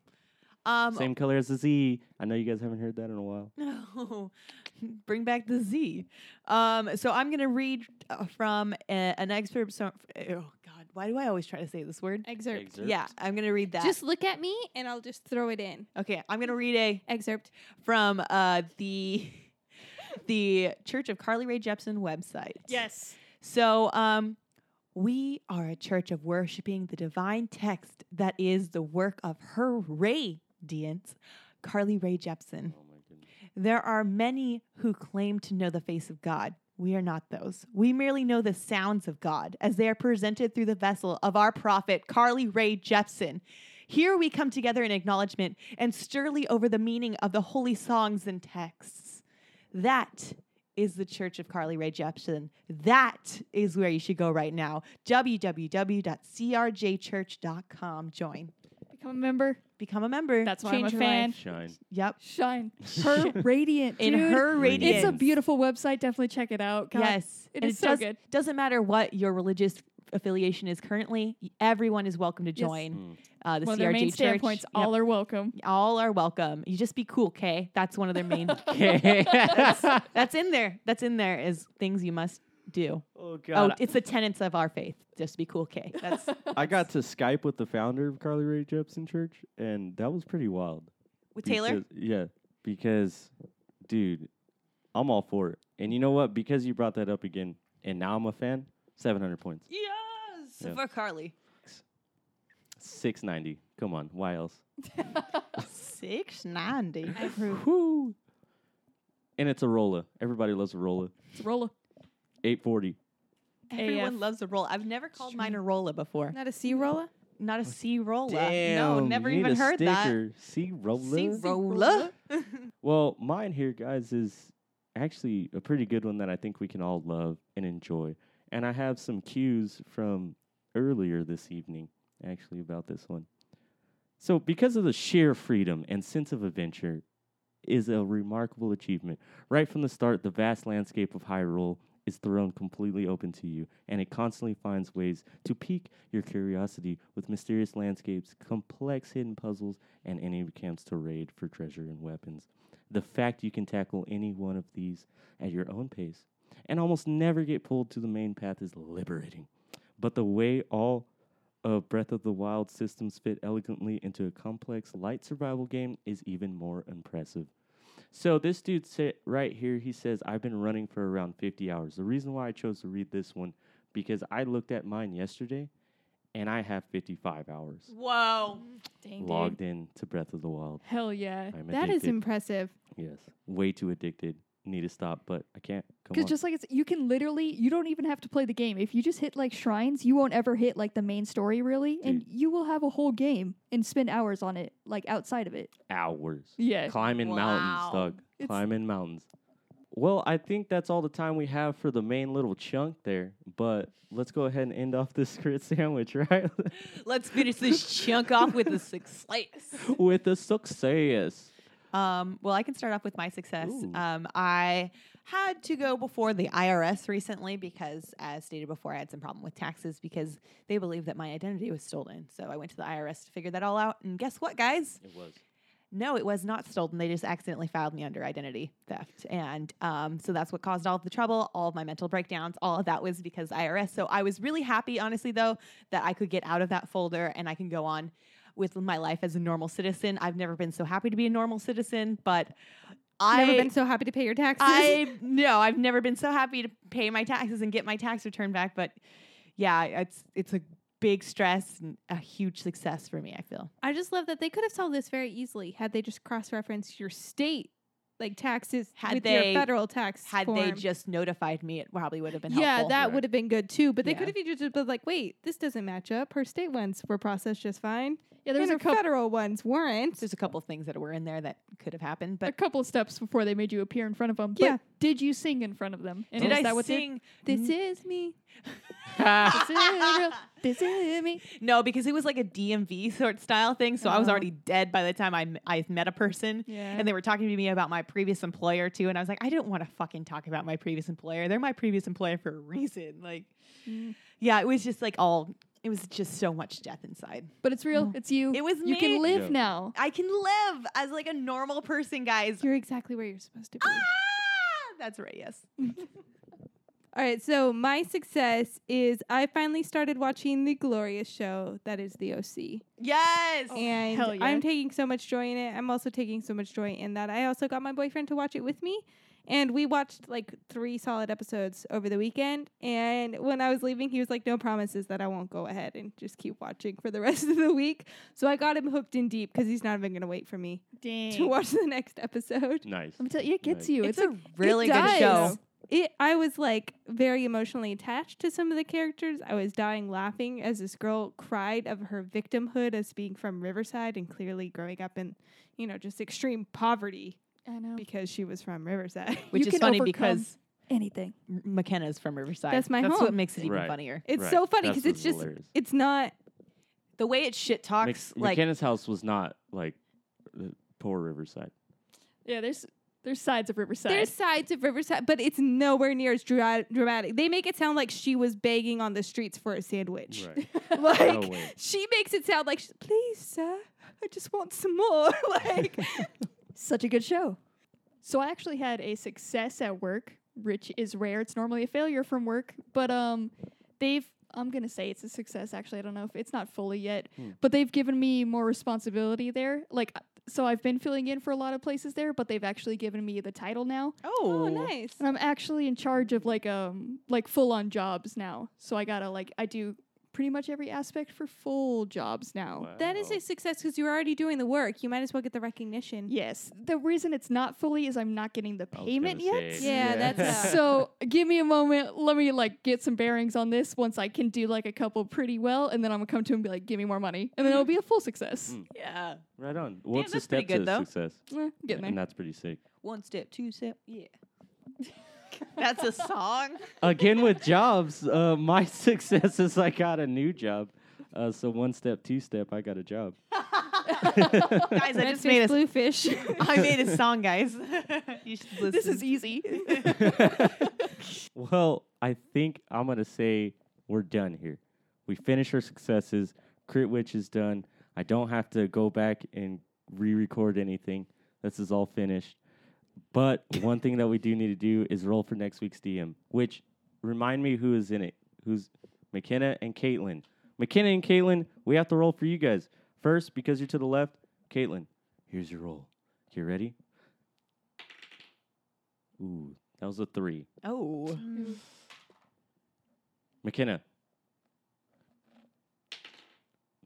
S4: Um,
S1: same color as the Z. I know you guys haven't heard that in a while.
S4: No, bring back the Z. Um, so I'm gonna read uh, from a, an excerpt. So, oh God, why do I always try to say this word?
S5: excerpt.
S1: Excerpt.
S4: Yeah, I'm gonna read that.
S5: Just look at me and I'll just throw it in.
S4: okay, I'm gonna read a
S5: Excerpt.
S4: from uh, the the Church of Carly Rae Jepsen website.
S3: Yes.
S4: So, um, we are a church of worshiping the divine text that is the work of her radiance, Carly Rae Jepsen.
S1: Oh my goodness.
S4: There are many who claim to know the face of God. We are not those. We merely know the sounds of God as they are presented through the vessel of our prophet, Carly Ray Jepsen. Here we come together in acknowledgement and stirly over the meaning of the holy songs and texts. That is the Church of Carly Ray Jepsen. That is where you should go right now. www.crjchurch.com. Join.
S3: Become a member.
S4: Become a member.
S3: That's why
S4: Change
S3: I'm a
S4: your life.
S3: fan.
S1: Shine.
S4: Yep.
S3: Shine. Her radiant.
S4: In
S3: dude.
S4: her radiance.
S3: It's a beautiful website. Definitely check it out. God,
S4: Yes.
S3: it
S4: and
S3: is so
S4: does-
S3: good.
S4: Doesn't matter what your religious affiliation is currently, y- everyone is welcome to
S1: Mm.
S3: Yes.
S4: join uh, the
S3: One of
S4: CRG
S3: their main
S4: Church.
S3: standpoints.
S4: Yep.
S3: All are welcome.
S4: All are welcome. You just be cool, okay? That's one of their main.
S1: Okay.
S4: that's in there. That's in there is things you must do.
S1: oh
S4: Oh,
S1: god.
S4: it's the tenets of our faith. Just be cool, okay? That's
S1: I got to Skype with the founder of Carly Rae Jepsen Church, and that was pretty wild.
S4: with Taylor.
S1: Because- yeah, because, dude, I'm all for it. And you know what? Because you brought that up again, and now I'm a fan. 700 points,
S4: Yes,
S1: Yeah.
S4: for Carly.
S1: 690. Come on, why else?
S4: Six ninety.
S5: I approve.
S1: Whoo! And it's a Rolla. Everybody loves a Rolla.
S3: It's a roller.
S1: 840.
S4: Everyone
S3: AF.
S4: loves a roll. I've never called mine a rolla before.
S5: Not a sea roller.
S4: Not a C rolla.
S1: Damn,
S4: Oh, no, never
S1: you need
S4: even
S1: a
S4: heard that.
S1: sticker. C roller.
S4: C rolla.
S1: Well, mine here, guys, is actually a pretty good one that I think we can all love and enjoy. And I have some cues from earlier this evening, actually, about this one. So, because of the sheer freedom and sense of adventure, is a remarkable achievement. Right from the start, the vast landscape of Hyrule is thrown completely open to you, and it constantly finds ways to pique your curiosity with mysterious landscapes, complex hidden puzzles, and enemy camps to raid for treasure and weapons. The fact you can tackle any one of these at your own pace and almost never get pulled to the main path is liberating. But the way all of Breath of the Wild systems fit elegantly into a complex light survival game is even more impressive. So this dude sit right here, he says, I've been running for around 50 hours. The reason why I chose to read this one, because I looked at mine yesterday and I have 55 hours
S4: Whoa.
S3: Dang, dude.
S1: logged in to Breath of the Wild.
S3: Hell yeah.
S1: I'm
S5: That is
S1: addicted.
S5: impressive.
S1: Yes. Way too addicted. Need to stop, but I can't. Come
S3: Because
S1: on.
S3: just like it's, you can literally, you don't even have to play the game. If you just hit like shrines, you won't ever hit like the main story really, and you will have a whole game and spend hours on it, like outside of it.
S1: hours.
S3: Yeah.
S1: Climbing mountains,
S4: Wow.
S1: Doug.
S3: It's-
S1: Climbing mountains. Well, I think that's all the time we have for the main little chunk there, but let's go ahead and end off this crit sandwich, right?
S4: Let's finish this chunk off with a success.
S1: With a success.
S4: Um, well, I can start off with my success.
S1: Ooh.
S4: Um, I had to go before the IRS recently because, as stated before, I had some problem with taxes because they believed that my identity was stolen. So I went to the IRS to figure that all out. And guess what, guys?
S1: It was.
S4: No, it was not stolen. They just accidentally filed me under identity theft. And um, so that's what caused all of the trouble, all of my mental breakdowns, all of that was because IRS. So I was really happy, honestly, though, that I could get out of that folder and I can go on with my life as a normal citizen. I've never been so happy to be a normal citizen, but I.
S5: Never been so happy to pay your taxes.
S4: I no, I've never been so happy to pay my taxes and get my tax return back. But yeah, it's it's a big stress and a huge success for me. I feel
S5: I just love that they could have solved this very easily had they just cross-referenced your state like taxes
S4: Had
S5: with
S4: they-
S5: your federal tax.
S4: had they
S5: form.
S4: just notified me, it probably would have been
S5: yeah,
S4: helpful.
S5: that
S1: Right.
S5: would have been good too. But they
S4: Yeah.
S5: could have just been like, "Wait, this doesn't match up. Her state ones were processed just fine.
S3: Yeah, there's
S5: and
S3: a
S5: her
S3: couple.
S5: federal ones weren't."
S4: There's a couple of things that were in there that could have happened,
S3: a
S4: but
S3: couple steps before they made you appear in front of them.
S5: Yeah.
S3: But did you sing in front of them? And
S4: did
S3: is
S4: I
S3: that what they-
S4: sing?
S5: This is me.
S3: This is- this is me.
S4: No, because it was like a DMV sort style thing, so I was
S3: Oh.
S4: already dead by the time I, m- I met a person.
S3: Yeah.
S4: And they were talking to me about my previous employer too, and I was like, I don't want to fucking talk about my previous employer. They're my previous employer for a reason. Like,
S3: Mm.
S4: yeah, it was just like all. It was just so much death inside.
S3: But it's real. It's you.
S4: Mm-hmm. It was
S3: You
S4: me.
S3: can live
S1: Yeah.
S3: now.
S4: I can live as like a normal person, guys.
S5: You're exactly where you're supposed to be.
S4: Ah! That's right. Yes.
S5: All right, so my success is I finally started watching the glorious show that is The OC.
S4: Yes.
S5: and
S3: Oh, hell yeah.
S5: I'm taking so much joy in it. I'm also taking so much joy in that I also got my boyfriend to watch it with me. And we watched like three solid episodes over the weekend. And when I was leaving, he was like, No promises that I won't go ahead and just keep watching for the rest of the week. So I got him hooked in deep because he's not even going to wait for me
S3: Dang.
S5: to watch the next episode.
S1: Nice.
S3: Let me tell you, it
S1: Right.
S3: gets you. It's, a
S4: really
S5: It
S4: good
S5: does.
S4: show.
S5: It, I was like very emotionally attached to some of the characters. I was dying laughing as this girl cried of her victimhood as being from Riverside and clearly growing up in, you know, just extreme poverty
S3: I know
S5: because she was from Riverside.
S4: Which
S3: You
S4: is
S3: can
S4: funny
S3: overcome.
S4: because
S3: anything.
S4: M- McKenna's from Riverside.
S5: That's my
S4: That's what
S5: home.
S4: makes it even
S1: Right.
S4: funnier.
S5: It's
S1: Right.
S5: so funny
S1: That's
S5: because it's
S1: what's
S5: just
S1: hilarious.
S5: it's not
S4: The way it shit talks,
S1: Mc-
S4: like
S1: McKenna's house was not like uh, poor Riverside.
S3: Yeah, there's there's sides of Riverside.
S5: there's sides of Riverside, but it's nowhere near as dra- dramatic. They make it sound like she was begging on the streets for a sandwich.
S1: Right.
S5: like
S1: No way.
S5: she makes it sound like she's, please sir, I just want some more. like
S3: Such a good show. So I actually had a success at work, which is rare. It's normally a failure from work, but um, they've I'm gonna say it's a success. Actually, I don't know if it's not fully yet,
S1: Hmm.
S3: but they've given me more responsibility there. Like, uh, so I've been filling in for a lot of places there, but they've actually given me the title now,
S4: oh,
S5: Oh, nice.
S3: and I'm actually in charge of like um like full on jobs now. So I gotta like I do pretty much every aspect for full jobs now.
S5: That is
S1: Wow.
S5: a success because you're already doing the work. You might as well get the recognition.
S3: Yes. The reason it's not fully is I'm not getting the
S1: I was
S3: payment
S1: gonna
S3: yet.
S1: say.
S5: Yeah, that's a-
S3: so give me a moment. Let me like get some bearings on this once I can do like a couple pretty well, and then I'm gonna come to him and be like, give me more money, and then it'll be a full success.
S1: Mm.
S4: Yeah.
S1: right on. What's the
S4: that's pretty
S1: step to
S4: good, though.
S1: success?
S3: Eh, getting
S1: And
S3: there.
S1: that's pretty sick.
S4: One step, two step. Yeah. That's a song.
S1: Again with jobs, uh, my success is I got a new job. Uh, so one step, two step, I got a job.
S4: guys, I just
S5: Redfish,
S4: made a
S5: bluefish.
S4: I made a song, guys. you should listen.
S3: This is easy.
S1: well, I think I'm gonna say we're done here. We finish our successes. Crit Witch is done. I don't have to go back and re-record anything. This is all finished. But one thing that we do need to do is roll for next week's DM, which remind me who is in it. Who's McKenna and Caitlin? McKenna and Caitlin, we have to roll for you guys. First, because you're to the left, Caitlin, here's your roll. You ready? Ooh, that was a three.
S4: oh.
S1: McKenna.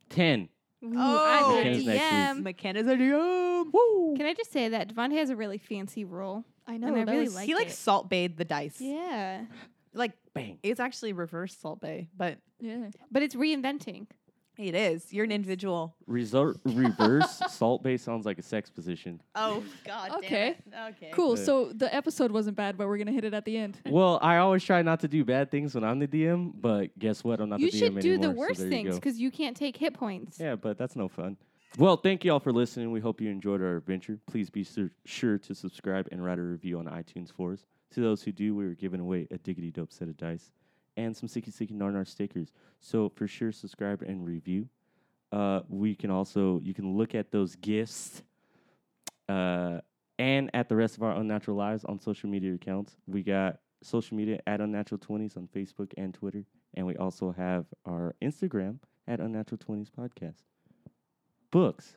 S1: Ten.
S5: Ooh,
S3: Oh.
S5: I'm a
S1: McKenna's next
S5: DM.
S4: McKenna's a DM. Woo.
S5: Can I just say that Devontae has a really fancy roll?
S3: I
S5: and I
S3: that
S5: really
S3: was-
S5: like
S4: he like
S5: it.
S4: salt bathed the dice.
S5: Yeah,
S4: Like
S1: Bang.
S4: it's actually reverse salt bay, but
S3: Yeah.
S5: but it's reinventing.
S4: it is. You're an individual.
S1: Resor- reverse salt base sounds like a sex position.
S4: Oh God.
S3: damn Okay.
S4: Okay.
S3: Cool.
S1: Yeah.
S3: So the episode wasn't bad, but we're gonna hit it at the end.
S1: Well, I always try not to do bad things when I'm the DM, but guess what? I'm not
S5: you
S1: the DM
S5: should do
S1: anymore.
S5: the
S1: so
S5: worst
S1: there you
S5: things
S1: go.
S5: because you can't take hit points.
S1: Yeah, but that's no fun. Well, thank you all for listening. We hope you enjoyed our adventure. Please be sur- sure to subscribe and write a review on iTunes for us. To those who do, we were giving away a diggity dope set of dice and some sicky sicky narnar stickers. So for sure, subscribe and review. Uh, we can also you can look at those gifts, uh, and at the rest of our unnatural lives on social media accounts. We got social media at unnatural twenties on Facebook and Twitter, and we also have our Instagram at Unnatural Twenties Podcast. Books.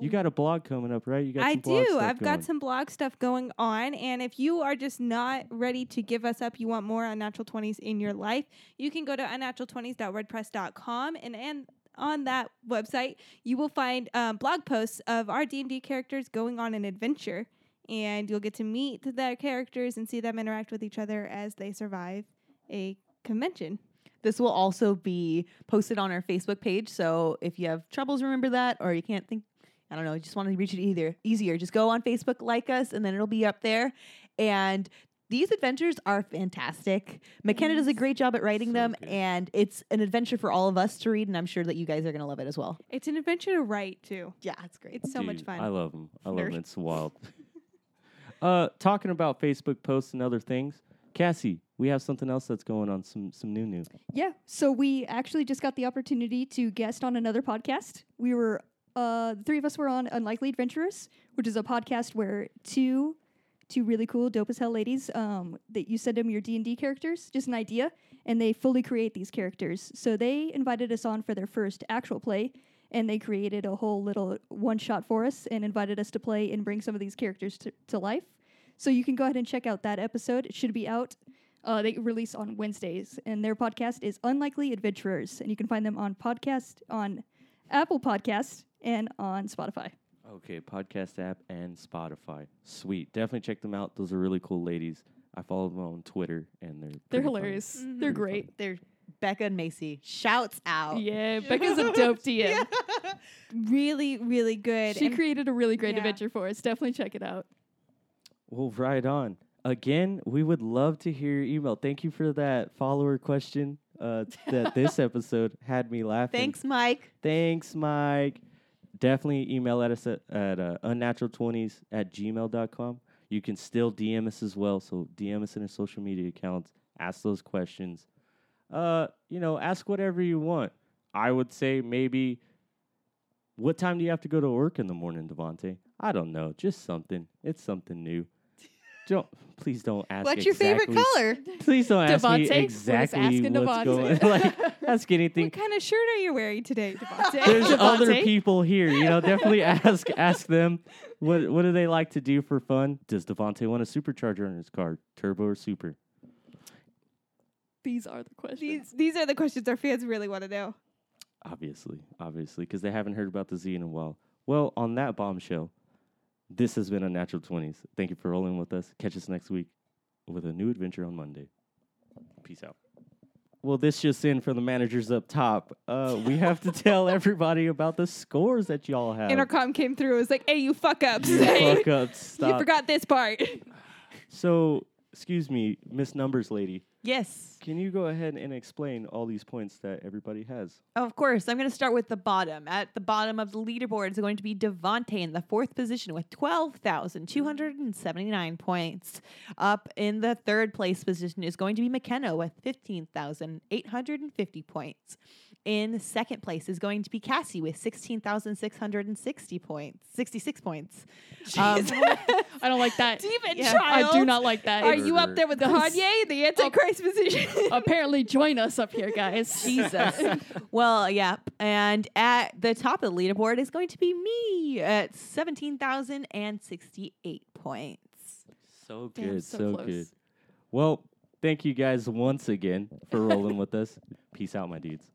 S1: You got a blog coming up, right? You got
S5: I
S1: some blog
S5: do.
S1: stuff
S5: I've
S1: going.
S5: got some blog stuff going on. And if you are just not ready to give us up, you want more unnatural 20s in your life, you can go to unnatural20s.wordpress.com and, and on that website, you will find um, blog posts of our D&D characters going on an adventure. And you'll get to meet their characters and see them interact with each other as they survive a convention.
S4: This will also be posted on our Facebook page. So if you have troubles, remember that, or you can't think, I don't know, you just want to reach it either easier. Just go on Facebook, like us, and then it'll be up there. And these adventures are fantastic. McKenna does a great job at writing
S1: So
S4: them,
S1: good.
S4: and it's an adventure for all of us to read. And I'm sure that you guys are going to love it as well.
S5: It's an adventure to write, too.
S4: Yeah, it's great.
S5: It's so much
S1: Dude,
S5: fun.
S1: I love them. I love
S4: Nerd.
S1: them. It's wild. uh, talking about Facebook posts and other things, Cassie, we have something else that's going on. Some some new news.
S3: Yeah. So we actually just got the opportunity to guest on another podcast. We were uh the three of us were on Unlikely Adventurers, which is a podcast where two two really cool dope as hell ladies um that you send them your D&D characters, just an idea, and they fully create these characters. So they invited us on for their first actual play and they created a whole little one shot for us and invited us to play and bring some of these characters to, to life. So you can go ahead and check out that episode. It should be out uh, they release on Wednesdays, and their podcast is Unlikely Adventurers, and you can find them on podcast on Apple Podcasts and on Spotify.
S1: Okay, podcast app and Spotify. Sweet. Definitely check them out. Those are really cool ladies. I follow them on Twitter, and they're
S3: They're
S1: pretty funny.
S3: hilarious.
S5: Mhm.
S1: Pretty
S3: They're great.
S4: They're Becca and Macy. Shouts out.
S3: Yeah, Becca's a dope DM.
S5: Really, really good.
S3: She
S5: And
S3: created a really great
S5: yeah.
S3: adventure for us. Definitely check it out.
S1: Well, right on. Again, we would love to hear your email. Thank you for that follower question. Uh, that this episode had me laughing.
S4: Thanks, Mike.
S1: Thanks, Mike. Definitely email at us at, at uh, unnatural20s at gmail.com. You can still DM us as well. So DM us in our social media accounts. Ask those questions. Uh, you know, ask whatever you want. I would say maybe, what time do you have to go to work in the morning, Devontae? I don't know. Just something. It's something new. Don't please don't ask.
S4: What's your favorite
S1: exactly-
S4: color?
S1: Please don't ask
S3: Devontae?
S1: me
S3: We're just
S1: exactly
S3: asking
S1: what's going.
S3: Devontae.
S1: like ask anything
S5: What kind of shirt are you wearing today, Devontae?
S1: there's other
S3: Devontae?
S1: people here. You know, definitely ask ask them what what do they like to do for fun. Does Devonte want a supercharger on his car, turbo or super?
S3: These are the questions.
S5: These these are the questions our fans really want to know.
S1: Obviously, obviously, because they haven't heard about the Z in a while. Well, on that bombshell, this has been Unnatural 20s. Thank you for rolling with us. Catch us next week with a new adventure on Monday. Peace out. Well, this just in from the managers up top. Uh, we have to tell everybody about the scores that y'all have.
S5: Intercom came through. It was like, "Hey, you fuck ups.
S1: You
S5: Hey,
S1: fuck up,
S5: you
S1: stop.
S5: forgot this part."
S1: So, excuse me, Miss Numbers Lady,
S4: Yes.
S1: can you go ahead and explain all these points that everybody has?
S4: Of course, I'm going to start with the bottom. At the bottom of the leaderboard is going to be Devontae in the fourth position with 12,279 points. Up in the third place position is going to be McKenna with 15,850 points. In second place is going to be Cassie with 16,660 points, 66 points. Um,
S3: I don't like that.
S5: Demon
S4: Yeah.
S3: I
S5: child.
S3: do not like that.
S5: Are you up there with the Kanye, the Antichrist position?
S3: Apparently, join us up here, guys.
S4: Jesus. well, yep. And at the top of the leaderboard is going to be me at 17,068 points.
S1: So
S3: Damn,
S1: good,
S3: so
S1: so
S3: close.
S1: good. Well, thank you guys once again for rolling with us. Peace out, my dudes.